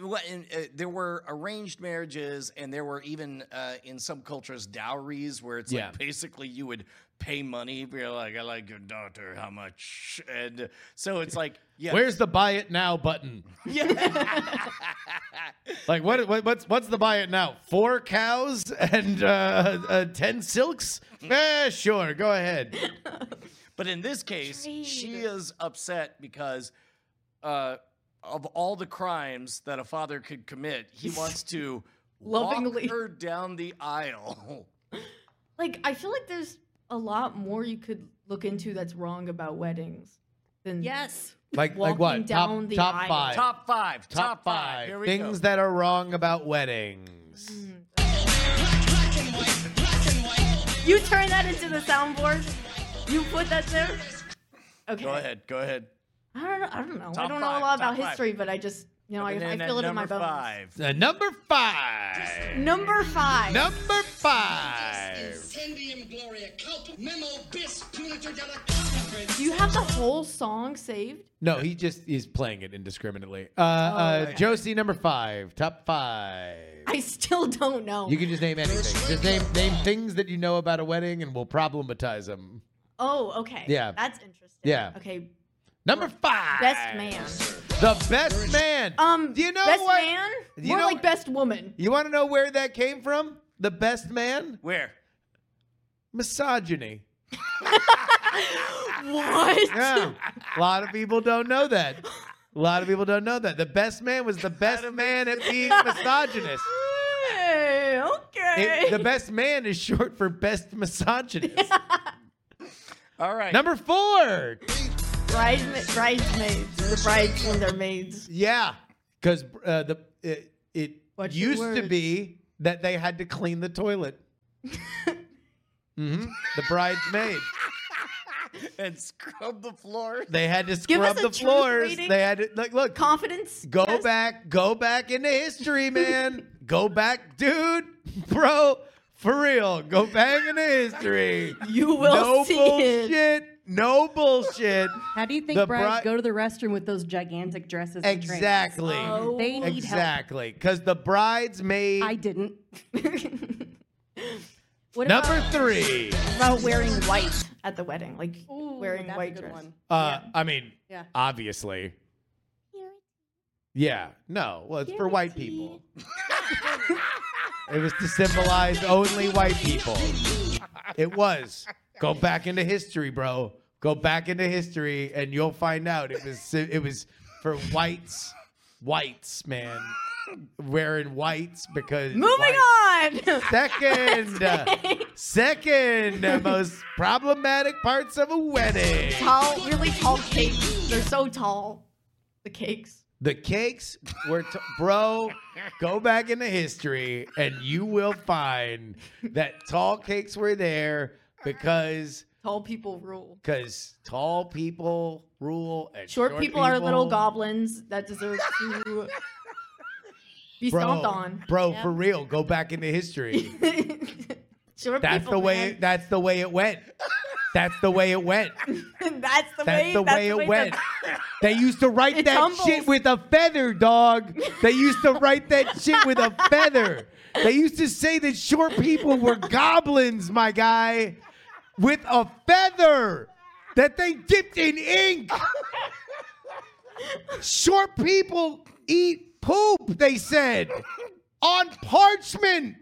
S1: well, and, uh, there were arranged marriages, and there were even uh, in some cultures dowries, where it's
S3: Yeah.
S1: like basically you would pay money. You're like, I like your daughter, how much? And so it's like, yeah,
S3: Where's the buy it now button? like what, what what's what's the buy it now? Four cows and uh, uh, ten silks? eh, sure, go ahead.
S1: But in this case, she is upset because uh, of all the crimes that a father could commit, he wants to
S14: Lovingly.
S1: walk her down the aisle.
S14: Like, I feel like there's a lot more you could look into that's wrong about weddings than
S13: yes.
S3: Like like
S14: Walking
S3: what?
S14: down
S3: top
S14: the
S3: top
S14: aisle.
S3: five.
S1: Top five. Top five. Here we
S3: Things
S1: go.
S3: that are wrong about weddings.
S14: You turn that into the soundboard. You put that there. Okay.
S1: Go ahead. Go ahead.
S14: I don't know. I don't know. I
S1: Top
S14: don't know
S1: five,
S14: a
S1: top
S14: lot about
S1: five.
S14: history, but I just you know I,
S1: And
S14: I
S1: then at
S14: feel it in my
S1: number
S14: bones.
S1: Five.
S3: Uh, number five.
S14: Number five.
S3: Number five.
S8: Incendium Gloria Culp Memo Bis Punitor Della
S14: Do you have the whole song saved?
S3: No, he just is playing it indiscriminately. Uh, uh, Josie, number five, top five.
S14: I still don't know.
S3: You can just name anything. Just name name things that you know about a wedding, and we'll problematize them.
S14: Oh, okay.
S3: Yeah.
S14: That's interesting.
S3: Yeah.
S14: Okay.
S3: Number five,
S14: Best man.
S3: the best man.
S14: Um.
S3: Do you know
S14: best
S3: what-
S14: man?
S3: Do you
S14: More
S3: know-
S14: like best woman.
S3: You want to know where that came from? The best man?
S1: Where?
S3: Misogyny.
S14: What?
S3: Yeah. A lot of people don't know that. A lot of people don't know that. The best man was the best man at being misogynist.
S14: Hey, okay.
S3: It- the best man is short for best misogynist.
S1: All right.
S3: Number four.
S14: Bridesma- bridesmaids. The brides when they're maids.
S3: Yeah, because uh, the it, it
S14: Watch your
S3: used to
S14: words.
S3: be that they had to clean the toilet. hmm The bridesmaid.
S1: and scrub the floor.
S3: They had to
S14: Give
S3: scrub
S14: us a
S3: the
S14: truth
S3: floors.
S14: reading.
S3: They had to look. Look,
S14: Confidence.
S3: go
S14: test.
S3: back, go back into history, man. go back, dude, bro, for real. Go back into history.
S14: You will
S3: no
S14: see it.
S3: bullshit. No bullshit.
S13: How do you think
S3: The
S13: brides
S3: bri-
S13: go to the restroom with those gigantic dresses? and trains?
S3: Exactly.
S13: They need help.
S3: exactly. Because the bridesmaid.
S13: I didn't.
S14: What
S3: Number
S14: about-
S3: three.
S14: What about wearing white at the wedding? Like wearing
S13: that's a
S14: white
S13: good
S14: dress.
S13: one.
S3: Uh, I mean,
S13: Yeah.
S3: obviously. Yeah. No. Well, it's for white people. it was to symbolize only white people. It was. Go back into history, bro. Go back into history, and you'll find out it was it was for whites, whites, man, wearing whites because
S14: Moving
S3: white-
S14: on.
S3: Second, second most problematic parts of a wedding.
S14: tall, really tall cakes. They're so tall. The cakes.
S3: The cakes were, t- bro. Go back into history, and you will find that tall cakes were there because
S14: Tall people rule.
S3: because tall people rule and
S14: Short, people, are little
S3: people-
S14: goblins that deserve to be
S3: Bro,
S14: stomped on.
S3: Bro, for real, go back into history.
S14: Short
S3: That's
S14: people,
S3: the way.
S14: man.
S3: That's the way it went. That's the way it went.
S14: that's the
S3: That's
S14: way.
S3: the
S14: that's
S3: way
S14: the
S3: it
S14: way
S3: went.
S14: that-
S3: They used to write
S14: It
S3: that
S14: tumbles.
S3: shit with a feather, dog. They used to write that shit with a feather. They used to say that short people were goblins, my guy, with a feather that they dipped in ink. Short people eat poop, they said, on parchment.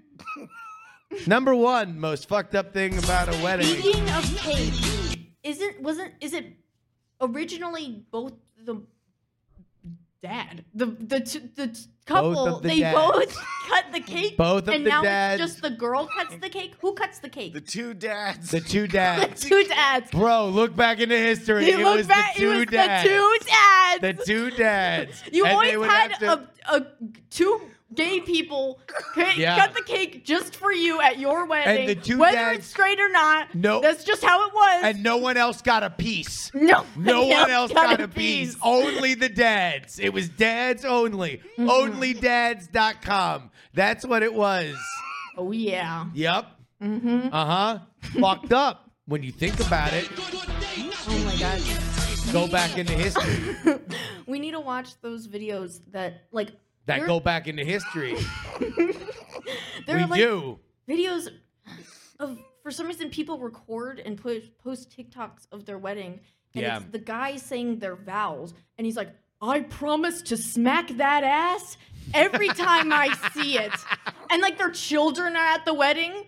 S3: Number one most fucked up thing about a wedding.
S14: Speaking of cake, isn't wasn't is it originally both the dad. The the t- the t- couple
S3: Both of the
S14: they
S3: dads.
S14: both cut the cake.
S3: Both of
S14: and
S3: the
S14: now
S3: dads.
S14: it's just the girl cuts the cake. Who cuts the cake? The
S1: two dads.
S3: The two dads.
S14: two dads.
S3: Bro, look back into history.
S14: You
S3: it
S14: look
S3: was
S14: back,
S3: the
S14: it
S3: two
S14: was the
S3: dads.
S14: two dads.
S3: The two dads.
S14: You
S3: And they
S14: always
S3: would
S14: had
S3: have to-
S14: a, a two gay people ca-
S3: Yeah.
S14: cut the cake just for you at your wedding,
S3: the two
S14: whether
S3: dads-
S14: it's straight or not.
S3: No.
S14: that's just how it was.
S3: And no one else got a piece.
S14: No.
S3: No
S14: Yeah,
S3: one else got, a piece. Only the dads. It was dads only.
S14: Mm-hmm.
S3: Onlydads.com. That's what it was.
S14: oh yeah.
S3: Yep.
S14: Mm-hmm.
S3: Uh huh. Fucked up when you think about it.
S14: Oh my god.
S3: Go back into history.
S14: We need to watch those videos that like
S3: That
S14: they're-
S3: go back into history.
S14: There
S3: we
S14: are, like,
S3: do.
S14: videos of for some reason people record and push, post TikToks of their wedding, and
S3: Yeah.
S14: it's the guy saying their vows, and he's like, "I promise to smack that ass every time I see it," and like their children are at the wedding,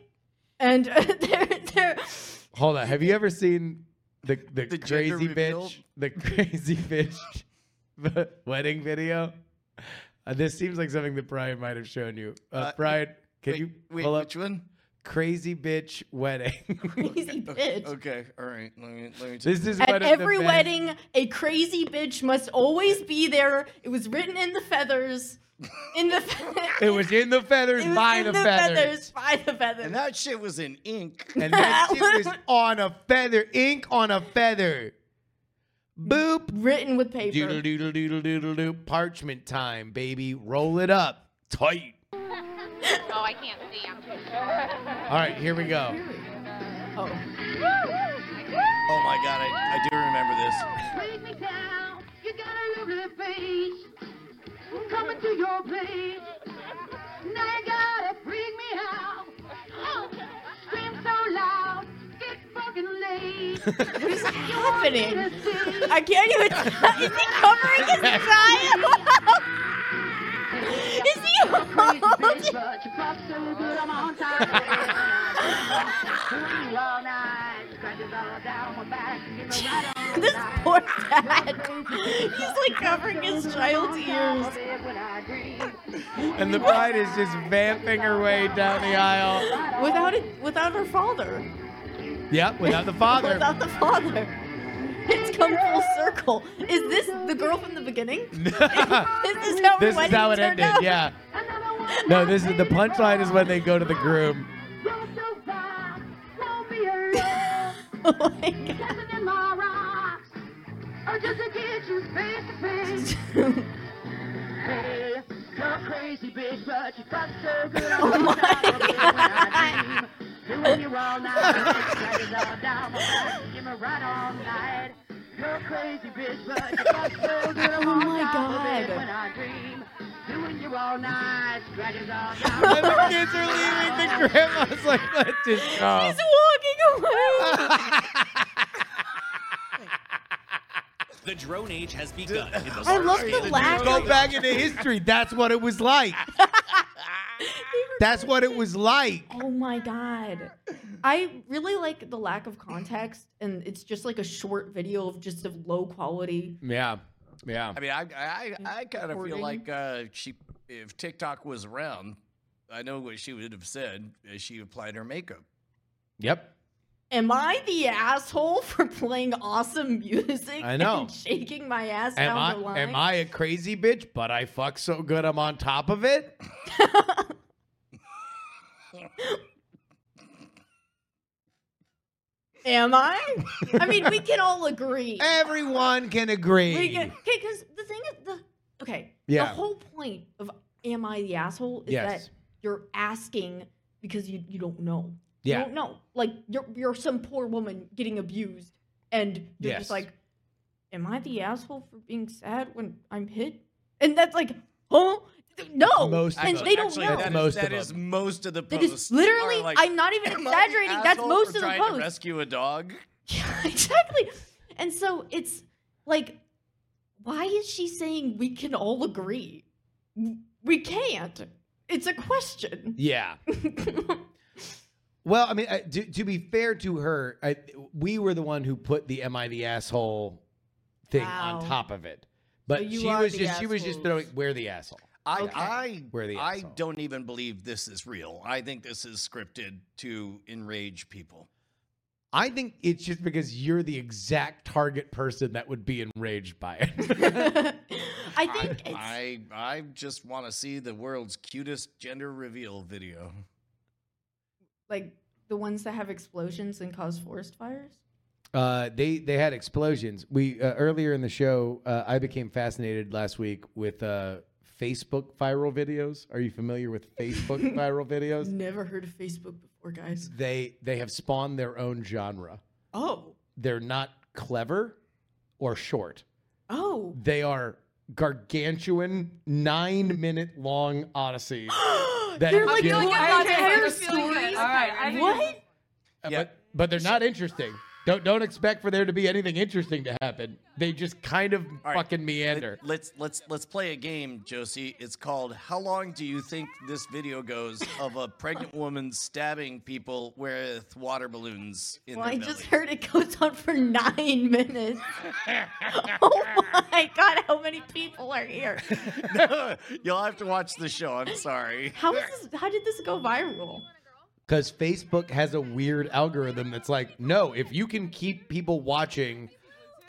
S14: and they're they're
S3: Hold on. Have you ever seen the the,
S1: gender
S3: crazy
S1: reveal?
S3: bitch, the crazy bitch wedding video? Uh, this seems like something that Brian might have shown you. Uh,
S1: Uh,
S3: Brian, can
S1: wait,
S3: you
S1: wait,
S3: pull up
S1: which one?
S3: Crazy bitch wedding.
S14: crazy bitch.
S1: Okay, all right. Let me let me.
S3: This is
S14: At
S3: one of the
S14: every
S3: best-
S14: wedding, a crazy bitch must always be there. It was written in the feathers. In the fe-
S3: it was in the feathers
S14: It was
S3: by
S14: in
S3: the,
S14: the
S3: feathers.
S14: feathers, by the feathers.
S1: And that shit was in ink.
S3: And that shit was on a feather, ink on a feather. Boop.
S14: Written with paper.
S3: Doodle doodle doodle doodle doo. Parchment time, baby. Roll it up. Tight.
S5: Oh, I can't see. I'm
S3: All right, here we go.
S14: Oh.
S1: Oh my god, I, I do remember this.
S8: Break me down. You got a lovely face. I'm coming to your place. Now you gotta freak me out. Oh, scream so loud. Get fucking late.
S14: What is happening? I can't even. Is he covering his child? is he holding?
S8: But you pop so good, I'm on time. Swing all night. Scratches all down my back. Give me right on.
S14: This poor dad. He's like covering his child's ears.
S3: And the bride is just vamping her way down the aisle.
S14: Without it, without her father.
S3: Yep, without the father.
S14: Without the father. It's come full circle. Is this the girl from the beginning? is this how her
S3: this is
S14: wedding
S3: how it
S14: turned
S3: ended.
S14: out?
S3: Yeah. No, this is the punchline is when they go to the groom.
S8: Don't be alone. Dancing in my rocks. Oh, just to get you face to face. Hey, you're a crazy bitch, but you fuck so good. I'm oh my God. Doing you all night. Drag it all down my back. Give me a ride all night. You're a crazy bitch, but you fuck so good. I'm
S14: Oh
S8: on
S14: my
S8: top of it
S14: God.
S8: when I dream. Doing you all night. Drag it all down my
S3: And the kids are leaving. The grandma's like, let's just go.
S1: Oh.
S14: He's walking away.
S15: The drone age has begun. in the
S14: I love
S15: state
S14: the
S15: of New
S14: lack
S15: York.
S3: Go back into history. That's what it was like. That's what it was like.
S14: Oh my god. I really like the lack of context and it's just like a short video of just of low quality.
S3: Yeah. Yeah.
S1: I mean, I I, I kind of feel
S14: Recording.
S1: like uh, she, if TikTok was around, I know what she would have said as she applied her makeup.
S3: Yep.
S14: Am I the asshole for playing awesome music
S3: I know.
S14: and shaking my ass
S3: Am
S14: down
S3: I
S14: the line?
S3: am I a crazy bitch, but I fuck so good I'm on top of it?
S14: Am I? I mean, we can all agree.
S3: Everyone can agree.
S14: We can, okay, because the thing is, the okay,
S3: Yeah.
S14: the whole point of "Am I the asshole?" is
S3: Yes.
S14: that you're asking because you you don't know.
S3: Yeah.
S14: You don't know. Like you're you're some poor woman getting abused, and you're
S3: Yes.
S14: just like, "Am I the asshole for being sad when I'm hit?" And that's like, huh? No,
S3: Most of
S14: Oh, and
S3: them.
S14: they don't
S1: Actually,
S14: know.
S1: that is-
S3: Most of
S1: that is
S3: them.
S1: most of the
S14: That
S1: posts.
S14: is literally.
S1: are like,
S14: I'm not even
S1: "Am I the
S14: exaggerating. That's
S1: asshole
S14: most
S1: for
S14: of the
S1: trying
S14: posts.
S1: To rescue a dog.
S14: exactly. And so it's like, why is she saying we can all agree? We can't. It's a question.
S3: Yeah. well, I mean, I, to, to be fair to her, I, we were the one who put the "Am I the asshole?" thing
S14: Wow.
S3: on top of it But
S1: So you
S3: she
S1: are
S3: was
S1: the
S3: just she was just
S1: assholes.
S3: throwing we're the asshole.
S1: I
S3: Okay.
S1: I
S3: We're the
S1: I
S3: asshole.
S1: don't even believe this is real. I think this is scripted to enrage people.
S3: I think it's just because you're the exact target person that would be enraged by it.
S14: I think it's
S1: I I just want to see the world's cutest gender reveal video.
S14: like the ones that have explosions and cause forest fires.
S3: Uh, they they had explosions. We uh, earlier in the show, uh, I became fascinated last week with uh, Facebook viral videos. Are you familiar with Facebook viral videos?
S14: Never heard of Facebook before, guys.
S3: They they have spawned their own genre.
S14: Oh.
S3: They're not clever or short.
S14: Oh.
S3: They are gargantuan, nine minute long odysseys. that
S14: They're like
S3: give-
S14: going
S3: Uh,
S14: about
S5: Okay,
S14: their
S5: I feel
S14: stories.
S5: good. All right, I think-
S14: what?
S3: but, but they're not interesting. Don't don't expect for there to be anything interesting to happen. They just kind of fucking meander.
S1: Let's let's let's play a game, Josie. It's called How long do you think this video goes of a pregnant woman stabbing people with water balloons in
S14: Well, I
S1: their
S14: just
S1: belly?
S14: heard it goes on for nine minutes. oh my god, how many people are here?
S1: You'll have to watch the show. I'm sorry.
S14: How is this? How did this go viral?
S3: Because Facebook has a weird algorithm that's like, no, if you can keep people watching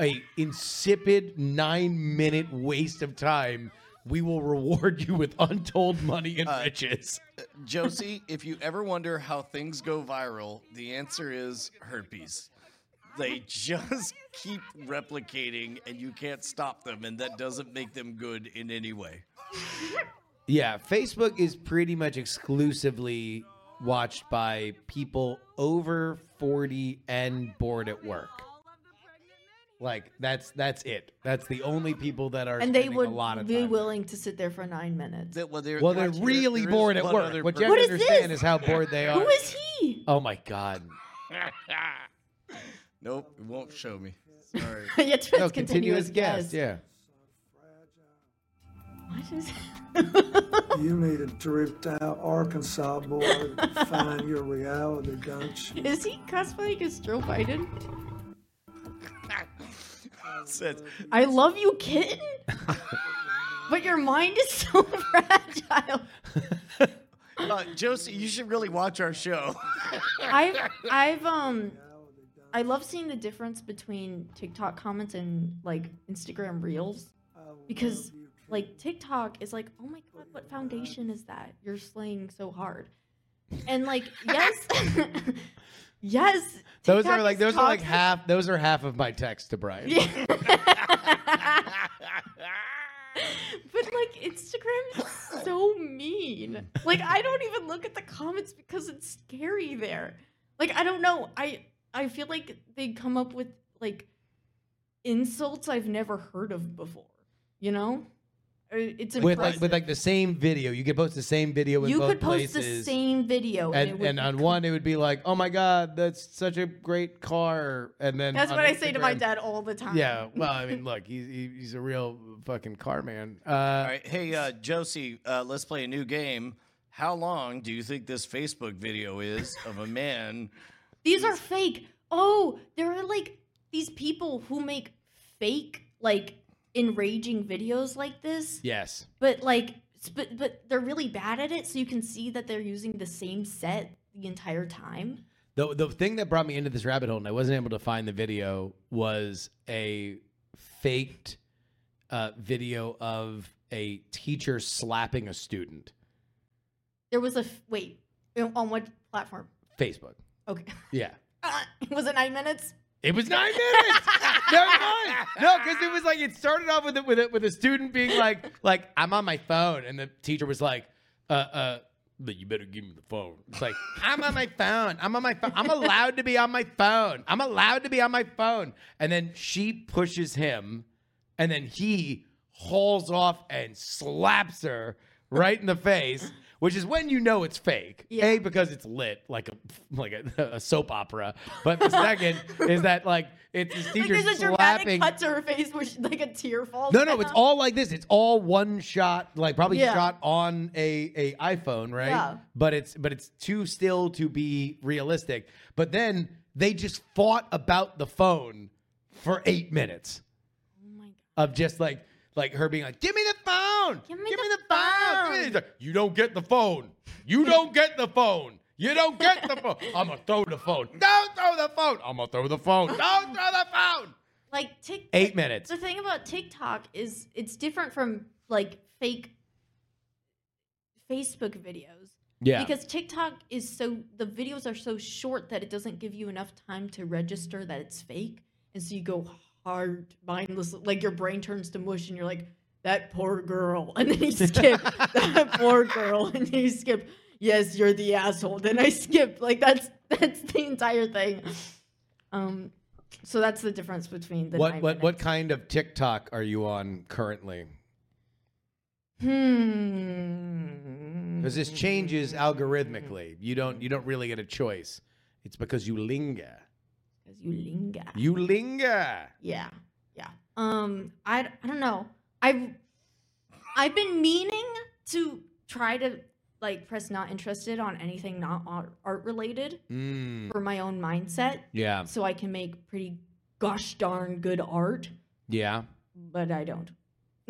S3: a insipid nine minute waste of time, we will reward you with untold money and riches.
S1: Josie, if you ever wonder how things go viral, the answer is herpes. They just keep replicating and you can't stop them, and that doesn't make them good in any way.
S3: Yeah, Facebook is pretty much exclusively watched by people over 40 and bored at work. Like that's that's it. That's the only people that are
S14: and they
S3: spending
S14: would
S3: a lot of
S14: be
S3: time.
S14: willing to sit there for nine minutes.
S1: well, they're,
S3: Well, they're really bored at work. What you have
S14: What
S3: to
S14: is
S3: understand
S14: this?
S3: is how bored they are.
S14: Who is he?
S3: Oh my god.
S1: nope, it won't show me. Sorry.
S14: yeah, it's
S3: no, continuous,
S14: continuous
S3: guest.
S14: guest.
S3: Yeah.
S14: What is?
S2: you need a drift out Arkansas boy to find your reality, don't you?
S14: Is he cosplaying as Joe Biden?
S1: Says-
S14: I love you, kitten. but your mind is so fragile.
S1: Uh, Josie, you should really watch our show.
S14: I've, I've, um, I love seeing the difference between TikTok comments and like Instagram Reels, because like TikTok is like, oh my god, what foundation is that? You're slaying so hard, and like yes, yes.
S3: Those
S14: TikTok
S3: are like
S14: is
S3: those are like
S14: toxic.
S3: half those are half of my text to Brian.
S14: But like Instagram is so mean. Like I don't even look at the comments because it's scary there. Like I don't know. I I feel like they come up with like insults I've never heard of before. You know? Uh, It's impressive.
S3: with like with like the same video. You could post the same video in
S14: you
S3: both
S14: could post the
S3: places.
S14: same video and, it
S3: and
S14: would
S3: and
S14: be
S3: on one it would be like, "Oh my god, that's such a great car." And then
S14: That's
S3: on
S14: what I say to my
S3: Instagram-
S14: dad all the time.
S3: Yeah, well, I mean, look, he's he- he's a real fucking car man.
S1: All
S3: Uh,
S1: right. Hey, uh, Josie, uh, let's play a new game. How long do you think this Facebook video is of a man?
S14: These are fake. Oh, there are like these people who make fake, like enraging videos like this,
S3: Yes.
S14: but like, s- but but they're really bad at it, so you can see that they're using the same set the entire time.
S3: The the thing that brought me into this rabbit hole and I wasn't able to find the video was a faked uh, video of a teacher slapping a student.
S14: There was a f- wait uh, on what platform?
S3: Facebook.
S14: Okay,
S3: Yeah.
S14: was it nine minutes?
S3: It was nine minutes. no, it was. No, because it was like it started off with a, with a, with a student being like like I'm on my phone, and the teacher was like, uh, uh, but you better give me the phone. It's like I'm on my phone. I'm on my phone. I'm allowed to be on my phone. I'm allowed to be on my phone. And then she pushes him, and then he hauls off and slaps her right in the face. Which is when you know it's fake. A because it's lit like a like a, a soap opera, but the second is that like it's this
S14: Like
S3: teacher
S14: there's a dramatic
S3: slapping.
S14: cut to her face where she, like a tear falls.
S3: No, no, it's
S14: down.
S3: all like this. It's all one shot, like probably
S14: Yeah.
S3: shot on a, a iPhone, right?
S14: Yeah.
S3: But it's but it's too still to be realistic. But then they just
S14: Oh
S3: fought about the phone for eight minutes. Of just like like her being like, "Give me the phone!
S14: Give me, the, phone!
S3: Give me the-" He's like, you don't get the phone. You don't get the phone. You don't get the phone. I'm gonna throw the phone. Don't throw the phone. I'm gonna throw the phone. Don't throw the phone.
S14: Like tick.
S3: Eight minutes.
S14: The thing about TikTok is it's different from like fake Facebook videos.
S3: Yeah.
S14: Because TikTok is so the videos are so short that it doesn't give you enough time to register that it's fake, and so you go hard mindlessly. Like your brain turns to mush, and you're like, "That poor girl," and then you skip. that poor girl, and then you skip. Yes, you're the asshole. Then I skip. Like that's that's the entire thing. Um, so that's the difference between the
S3: What
S14: nine
S3: what what kind of TikTok are you on currently?
S14: Hmm.
S3: Because this changes
S14: Mm-hmm.
S3: algorithmically. You don't you don't really get a choice. It's because you linger.
S14: Because you linger.
S3: You linger.
S14: Yeah. Yeah. Um I, d- I don't know. I've I've been meaning to try to like press not interested on anything not art, art related
S3: Mm.
S14: for my own mindset.
S3: Yeah.
S14: So I can make pretty gosh darn good art,
S3: Yeah.
S14: but I don't.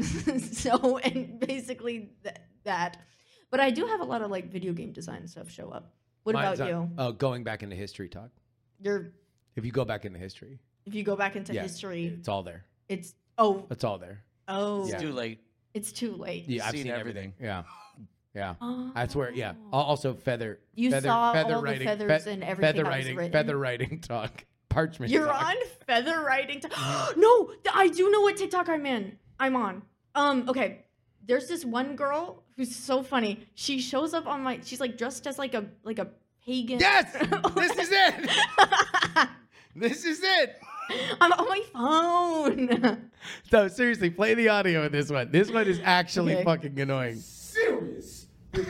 S14: Mm. so and basically th- that. But I do have a lot of like video game design stuff show up. What
S3: Mine's
S14: about
S3: on-
S14: you?
S3: Oh, going back into history talk.
S14: You're
S3: If you go back into history,
S14: if you go back into
S3: Yeah,
S14: history,
S3: it's all there.
S14: it's oh
S3: It's all there.
S14: oh
S3: It's too
S1: late.
S14: It's too late.
S3: Yeah, I've
S1: Seen
S3: seen, everything. Yeah, yeah.
S14: Oh.
S3: That's where. Yeah. Al- Also, feather.
S14: You
S3: feather,
S14: saw
S3: feather
S14: all the
S3: writing,
S14: feathers and everything
S3: Feather
S14: that was
S3: writing.
S14: written.
S3: Feather writing talk. Parchment.
S14: You're
S3: talk.
S14: on feather writing. T- no, th- I do know what TikTok I'm in. I'm on. Um, okay. There's this one girl who's so funny. She shows up on my. She's like dressed as like a like a pagan.
S3: Yes, this is it. this is it.
S14: I'm on my phone.
S3: No, seriously, play the audio of this one. This one is actually
S14: Okay.
S3: fucking annoying.
S16: Serious.
S17: I'm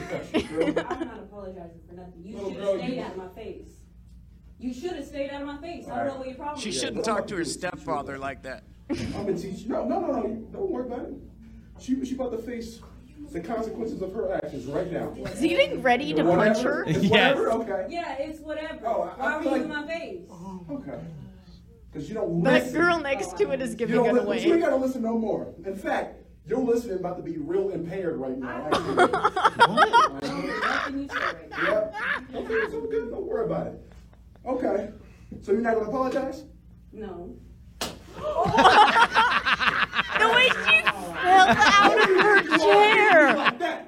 S17: not apologizing for nothing. You should have
S16: girl,
S17: stayed
S16: you-
S17: out of my face. You should have stayed out of my face. I don't know what your problem
S1: She
S17: is.
S1: shouldn't talk to her stepfather like that.
S16: I'm gonna teach you. No, no, no, no. Don't worry about it. She, she about to face the consequences of her actions right now.
S14: Is he getting ready to
S16: Whatever.
S14: punch her?
S16: It's Whatever. Okay.
S17: Yeah, it's whatever.
S16: Oh, I- I
S17: Why were
S16: feel
S17: you in
S16: like-
S17: my face?
S16: Okay. Because you don't
S14: That
S16: listen.
S14: girl next to it is
S16: You
S14: giving
S16: don't
S14: it
S16: listen. You ain't
S14: away.
S16: gotta listen no more. In fact, your listening about to be real impaired right now. actually. yep. Okay, it's all good. Don't worry about it. Okay. So you're not gonna apologize?
S17: No.
S14: The way she fell out of her chair.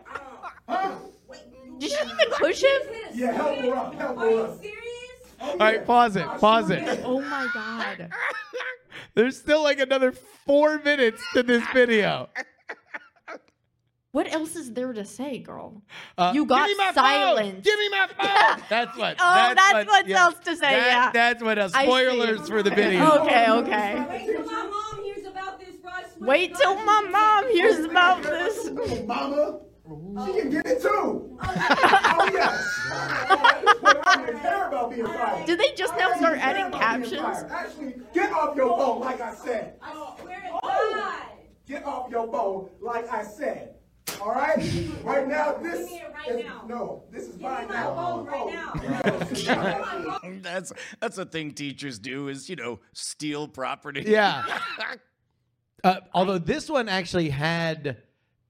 S14: Did she even push him?
S16: Yeah, help her up. Oh, Help her up.
S3: All right, pause it. Pause it.
S14: Oh my god.
S3: There's still like another four minutes to this video.
S14: What else is there to say, girl?
S3: Uh,
S14: you got
S3: give me my phone!
S14: silence.
S3: Give me my phone. That's what.
S14: Oh, that's what
S3: yeah.
S14: else to say,
S3: That-
S14: yeah.
S3: That's what else.
S14: I see.
S3: Spoilers for the video.
S14: Okay, okay.
S17: Wait till my mom hears about this, bro. I swear
S14: Wait
S17: to
S14: till
S17: God.
S14: my mom hears about this.
S16: Little mama. She can get it too. oh yes. But I don't even care about being fired.
S14: Did they just
S16: I
S14: now
S16: don't
S14: start
S16: even care
S14: adding
S16: about being fired.
S14: captions?
S16: Actually, get off your phone like I said. Oh.
S17: I swear to God.
S16: Get off your phone like I said. All right? Right now, this
S17: Give me it right
S16: is
S17: now.
S16: no. This is
S17: Give me my
S16: right now. Oh.
S17: phone right now.
S1: That's that's a thing teachers do is you know steal property.
S3: Yeah. Uh, although this one actually had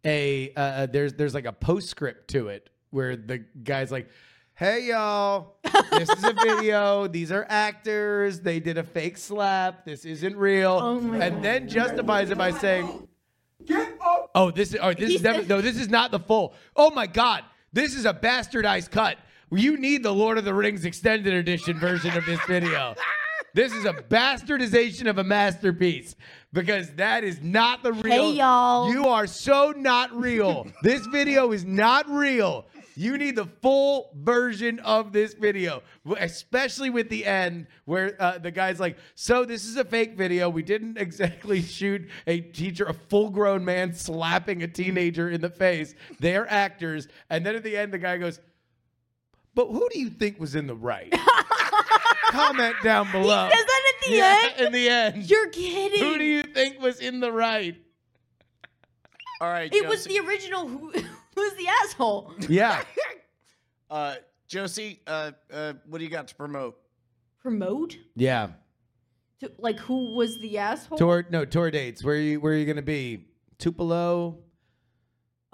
S3: a uh, uh, there's there's like a postscript to it where the guy's like, "Hey y'all, this is a video. These are actors. They did a fake slap. This isn't real."
S14: Oh my
S3: and
S14: God.
S3: then justifies it by saying,
S16: Get off.
S3: "Oh, this is oh, this
S14: He
S3: is defi-
S14: said-
S3: no, this is not the full. Oh my God, this is a bastardized cut. You need the Lord of the Rings extended edition version of this video." This is a bastardization of a masterpiece because that is not the real.
S14: Hey, y'all.
S3: You are so not real. this video is not real. You need the full version of this video, especially with the end where uh, the guy's like, "So this is a fake video. We didn't exactly shoot a teacher, a full-grown man slapping a teenager in the face. They're actors." And then at the end, the guy goes, "But who do you think was in the right?" Comment down below.
S14: Says that at the
S3: Yeah,
S14: end?
S3: in the end.
S14: You're kidding.
S3: Who do you think was in the right?
S1: All right.
S14: it was
S1: Josie.
S14: the original who who's the asshole.
S3: Yeah.
S1: Uh, Josie, uh, uh, what do you got to promote?
S14: Promote?
S3: Yeah.
S14: To, like who was the asshole?
S3: Tour no tour dates. Where are you where are you gonna be? Tupelo.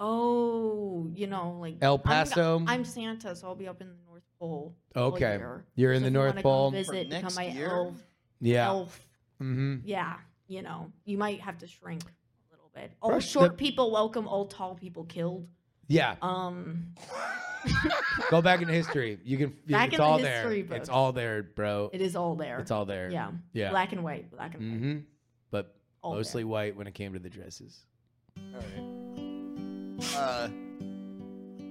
S14: Oh, you know, like
S3: El
S14: I'm gonna-
S3: Paso?
S14: I'm, Santa, so I'll be up in the North Pole. all
S3: Okay.
S14: year.
S3: You're in
S14: So
S3: the
S14: if you
S3: North
S14: wanna come
S3: Pole.
S14: Visit,
S3: For
S14: become
S3: next
S14: my
S3: year?
S14: elf.
S3: Yeah.
S14: Elf.
S3: Mm-hmm.
S14: Yeah, you know, you might have to shrink a little bit. All
S3: Rush
S14: short
S3: the-
S14: people welcome, all tall people killed.
S3: Yeah.
S14: Um,
S3: Go back in history. You can. you-
S14: Back
S3: it's
S14: in the
S3: all
S14: history
S3: there. It's
S14: books.
S3: all there, bro.
S14: it is all there.
S3: It's all there.
S14: Yeah.
S3: Yeah.
S14: Black and white. Black and
S3: Mm-hmm. But
S14: All
S3: mostly white when it came to the dresses.
S1: All right. Uh,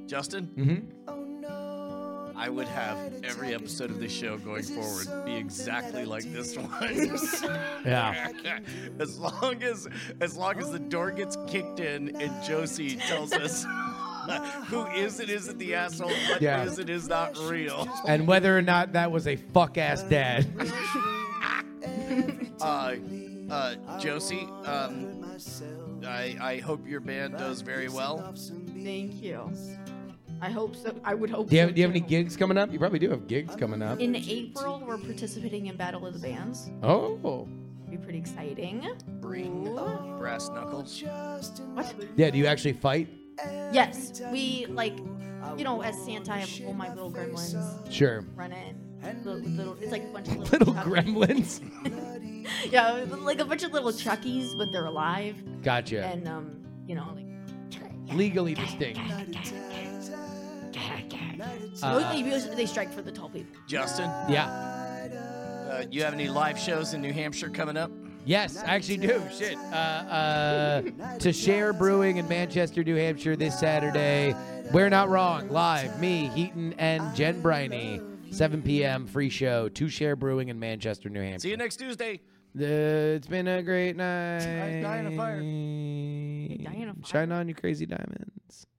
S1: Justin?
S3: Mm-hmm.
S1: I would have every episode of this show going forward be exactly like this one.
S3: Yeah.
S1: As long as as long as the door gets kicked in and Josie tells us who is it is it the asshole, what
S3: Yeah.
S1: is it is not real.
S3: And whether or not that was a fuck ass dad.
S1: uh, uh, Josie, um, I I hope your band does very well.
S14: white. Thank you. I hope so. I would hope
S3: Do you,
S14: so
S3: have, do you have
S14: too.
S3: any gigs coming up? You probably do have gigs coming up.
S14: In April, we're participating in Battle of the Bands.
S3: Oh.
S14: Be pretty exciting.
S1: Bring brass knuckles.
S14: What?
S3: Yeah. Do you actually fight?
S14: Yes, we like, you know, as Santa, I have all my little gremlins.
S3: Sure.
S14: Run it. Little, little, it's like a bunch of
S3: Little
S14: little, Chuck-
S3: gremlins.
S14: Yeah, like a bunch of little Chuckies, but they're alive.
S3: Gotcha.
S14: And um, you know, like
S3: Legally distinct. Uh,
S14: mostly because they strike for the tall people.
S1: Justin,
S3: Yeah.
S1: uh, you have any live shows in New Hampshire coming up?
S3: Yes, I actually do. Shit. Uh, uh, to share brewing in Manchester, New Hampshire this Saturday. We're not wrong. Live, me, Heaton, and Jen Briney. 7 p.m. free show. To share brewing in Manchester, New Hampshire.
S1: See you next Tuesday.
S3: Uh, it's been a great night.
S1: dying of fire.
S3: Shine on, you crazy diamonds.